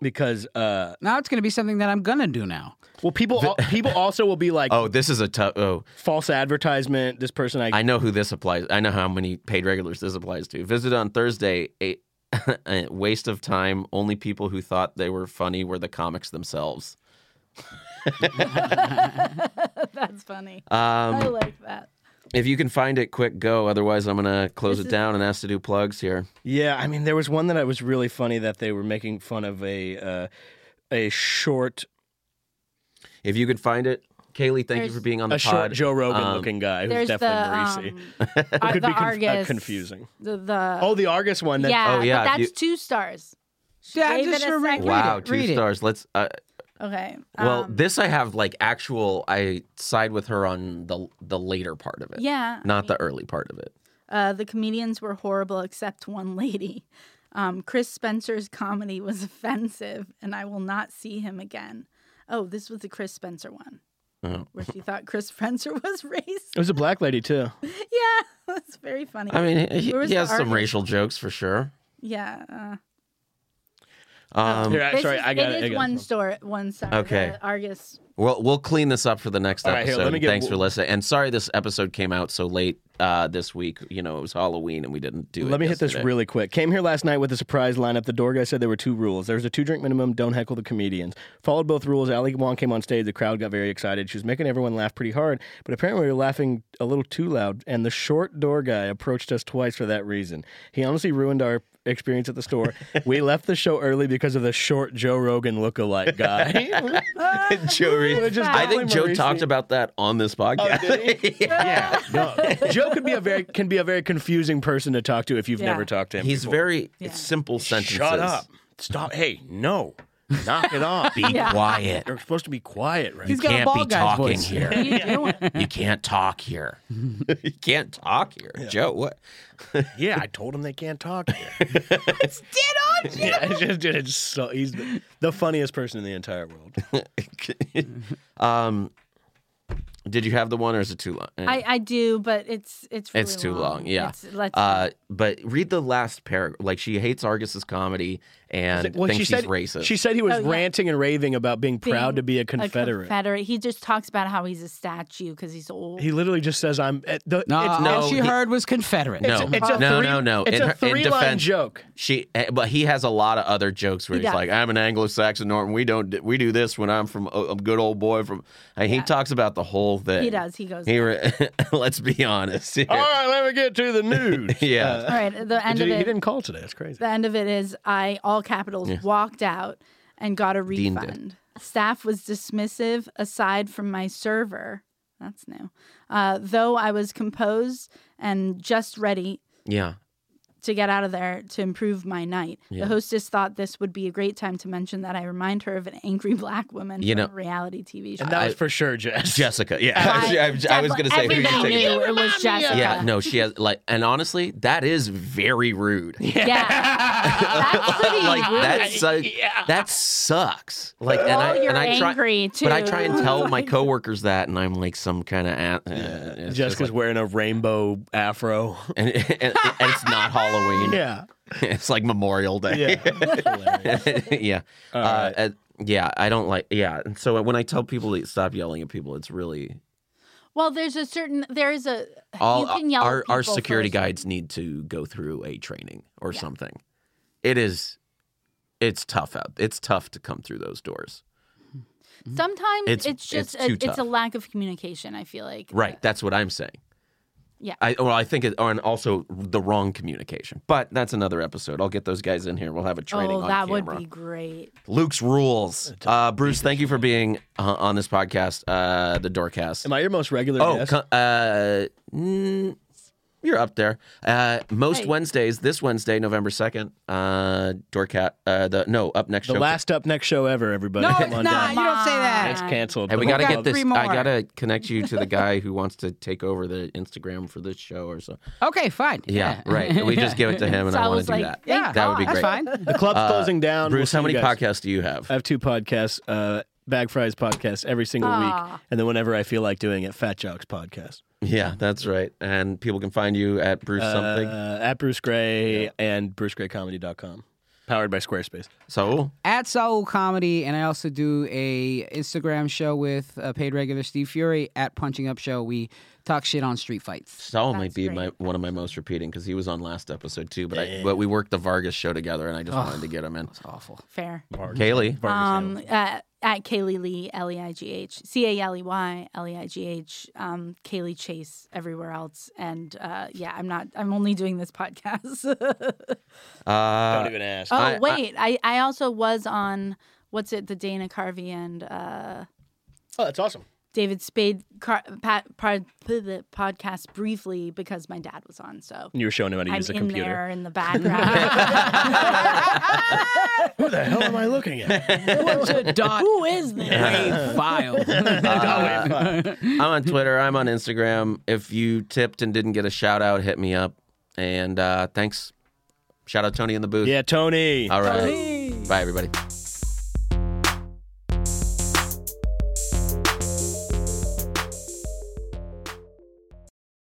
A: Because, uh,
B: now it's gonna be something that I'm gonna do now.
A: well, people, al- people also will be like,
C: Oh, this is a tough. Oh,
A: false advertisement. This person, I,
C: I know who this applies. I know how many paid regulars this applies to. Visit on Thursday. A, [laughs] a waste of time. Only people who thought they were funny were the comics themselves.
D: [laughs] That's funny. I
C: Um,
D: like that.
C: if you can find it, quick go. Otherwise, I'm gonna close it down and ask to do plugs here.
A: yeah, I mean, there was one that I was really funny that they were making fun of a, uh, a short
C: If you could find it, Kaylee, thank you
D: There's-
C: for being on the
A: a
C: pod.
A: short Joe Rogan
C: Um,
A: looking guy who's
D: There's
A: definitely Marisi.
D: the, um, Ar-
A: could
D: the
A: be conf- uh,
D: Argus,
A: confusing.
D: The, the
A: oh, the Argus one. That,
D: yeah,
C: Oh, yeah,
D: but that's
C: you-
D: two stars. She
B: Yeah,
D: gave
B: just
D: it a
B: a re-
D: second.
B: read
C: Wow,
B: it,
C: two
B: read it.
C: stars. Let's. Uh,
D: Okay.
C: well,
D: um,
C: this I have like actual. I side with her on the the later part of it.
D: yeah,
C: Not the early part of it.
D: Uh, the comedians were horrible except one lady. Um, Chris Spencer's comedy was offensive, and I will not see him again. Oh, this was the Chris Spencer one
C: Oh.
D: where she thought Chris [laughs] Spencer was racist.
A: It was a black lady too.
D: Yeah, [laughs] that's very funny.
C: I mean, he,
D: Where was
C: he
D: the
C: has some
D: Argus?
C: racial jokes for sure.
D: yeah. Uh,
C: Um,
A: Here, I-
D: this
A: sorry,
D: is-
A: I got it.
D: It
A: I
D: is
A: got it.
D: one store, one star.
C: Okay.
A: [laughs]
D: the Argus.
C: Well, we'll clean this up for the next
A: All right,
C: episode.
A: here, let me
C: and
A: get-
C: Thanks for listening. And sorry this episode came out so late uh, this week. You know, it was Halloween and we didn't do it.
A: Let me hit this
C: yesterday.
A: really quick. Came here last night with a surprise lineup. The door guy said there were two rules. There was a two drink minimum, don't heckle the comedians. Followed both rules. Ali Wong came on stage. The crowd got very excited. She was making everyone laugh pretty hard, but apparently we were laughing a little too loud. And the short door guy approached us twice for that reason. He honestly ruined our experience at the store.
C: [laughs]
A: we left the show early because of the short Joe Rogan lookalike
C: [laughs]
A: guy.
C: Joe Reed-
A: Which is
C: [laughs] I think
A: definitely
C: Joe
A: Maurice.
C: talked about that on this
A: Oh,
C: podcast.
A: yeah, no. Joe could be a very can be a very confusing person to talk to if you've
D: Yeah.
A: never talked to him.
C: [laughs] He's
A: before.
C: very
D: Yeah.
C: it's simple sentences.
A: Shut up. Stop. Hey, no. Knock it off.
B: [laughs]
C: Be quiet.
A: You're supposed to be quiet right
B: He's
A: now.
B: got a
C: Can't
B: ball
C: be
B: guy's
C: talking
B: voice.
D: What
B: [laughs]
D: are
C: here.
D: you doing?
C: you can't talk here. you can't talk here. Joe, what? [laughs]
A: Yeah, I told him they can't [laughs] talk here. [laughs] yeah, it's just, it's so, he's the, the funniest person in the entire world.
C: um did you have the one or is it too long?
D: I, I do, but it's it's really
C: It's too long, yeah.
D: It's- let's
C: Uh, but read the last paragraph. Like she hates Argus's comedy [laughs] and
A: Well,
C: thinks
A: she
C: she's
A: said,
C: racist.
A: She said he was
D: Oh, yeah.
A: ranting and raving about being proud
D: being
A: to be a Confederate.
D: Confederate. He just talks about how he's a statue because he's old.
A: he literally just says, "I'm." At the,
B: No,
A: it's,
C: no,
B: all she
C: he-
B: heard was Confederate.
C: No.
A: it's, it's a
C: No,
A: three,
C: no, no.
A: It's
C: In
A: a
C: her- in
A: three-line
C: defense-
A: joke.
C: She, eh, but he has a lot of other jokes where
D: He
C: he's
D: does.
C: like, "I'm an Anglo-Saxon Norton. We don't, d- we do this when I'm from a, a good old boy from." And he talks about the whole thing.
D: He does. He goes.
C: He re- [laughs] let's be honest. here.
A: All right, let me get to the news.
C: Yeah.
A: Uh,
D: All right. The end
A: did-
D: of
A: he
D: it.
A: didn't call today. That's crazy.
D: The end of it is I all capitals walked out and got a
C: Dean did.
D: refund. Staff was dismissive aside from my server. That's new. Uh, though I was composed and just ready
C: [laughs] Yeah.
D: to get out of there to improve my night.
C: Yeah.
D: The hostess thought this would be a great time to mention that I remind her of an angry [laughs] black woman
C: You
D: from
C: know-
D: a reality TV show.
A: and that was
C: I-
A: for sure, Jess.
C: [laughs] Jessica. Yeah. I, was- I was gonna say who you
D: everybody
C: think it
D: knew it was Jessica.
C: is. Yeah. No, she has like, and honestly, that is very rude.
D: Yeah. That's
C: [laughs]
D: pretty
C: like
D: rude.
C: that sucks. That sucks. Like, [laughs] and
D: Well,
C: I
D: you're
C: and I try,
D: angry too.
C: but I try and tell
D: [laughs]
C: my coworkers that, and I'm like some kind of at. Uh,
A: [laughs]
C: it's just
A: Jessica's
C: like-
A: wearing a rainbow
C: [laughs]
A: afro.
C: and, and, and it's not Halloween.
A: yeah.
C: [laughs] it's like Memorial [laughs] Day.
A: Yeah.
C: [laughs] Yeah,
A: All
C: Uh,
A: right.
C: uh, yeah. I don't like. Yeah, and so when I tell people to stop yelling at people, it's really
D: Well, there's a certain there is a
C: all
D: you can yell
C: our
D: at
C: our
D: people
C: security
D: first.
C: guides need to go through a training or something. It is. It's tough out. It's tough to come through those doors.
D: Sometimes
C: It's-
D: it's,
C: it's
D: just
C: too
D: a, it's a
C: tough.
D: lack of communication. I feel like
C: Right. That's what I'm saying.
D: Yeah.
C: I well, I think it, oh, and also the wrong communication. But that's another episode. I'll get those guys in here. We'll have a training
D: Oh,
C: on
D: that
C: camera.
D: would be great.
C: Luke's rules. Uh, Bruce, thank you for being uh, on this podcast, uh, the Doorcast.
A: Am I your most regular
C: oh,
A: guest?
C: co- uh, mm, you're up there. Uh, most
D: Hey.
C: Wednesdays, this Wednesday, November second, uh, Doorcat. Uh, the no, up next
A: the
C: show.
A: last up next show ever, everybody.
B: No, [laughs]
A: Come
B: it's
A: on
B: not.
A: down.
B: You don't say
A: It's
B: that.
A: canceled.
C: Hey, we
A: But
C: gotta
A: we'll
C: get
A: love-
B: got
C: this.
B: three more.
C: I gotta connect you to the guy who wants to take over the Instagram for this show or so.
B: Okay, fine.
C: Yeah, right. We just give it to him, and
D: [laughs] So
C: I
D: I
C: want
D: was
C: to do
D: like,
C: that.
D: thank
B: Yeah,
C: that would be
D: God.
C: great.
B: That's fine.
A: The club's
C: Uh,
A: closing down. We'll
C: Bruce,
A: see
C: how many
A: you guys.
C: podcasts do you have?
A: I have two podcasts. Uh, Bag Fries podcast every single
D: Aw.
A: week, and then whenever I feel like doing it, Fat Jocks podcast.
C: yeah, that's right. And people can find you at Bruce something.
A: Uh, at Bruce Gray and BruceGrayComedy.com, powered by Squarespace.
C: So
B: at Saul Comedy, and I also do a Instagram show with uh, paid regular Steve Fury at Punching Up Show. We talk shit on street fights.
C: Saul might
D: That's
C: be
D: great.
C: my one of my most repeating because he was on last episode too. But I, but we worked the Vargas show together, and I just wanted to get him in.
B: Awful.
D: Fair.
C: Kaylee,
D: Um, uh, at Kaylee Lee, L E I G H, C A L E Y, L E I G H, um, Kaylee Chase everywhere else, and uh, yeah, I'm not. I'm only doing this [laughs] podcast.
A: Don't
C: uh,
A: even ask.
D: oh
C: I-
D: wait, I, I also was on what's it? The Dana Carvey and uh,
A: oh, that's awesome.
D: David Spade car, pat, pod, podcast briefly because my dad was on. So
A: You were showing him how to
D: I'm
A: use a
D: in
A: computer. [laughs]
D: there in the background.
A: Who the hell am I looking at?
B: What's a dot
D: Who is this?
B: file? [laughs]
C: I'm on Twitter. I'm on Instagram. If you tipped and didn't get a shout out, hit me up. And uh, thanks. Shout out Tony in the booth.
A: yeah, Tony.
C: All right. Bye, everybody.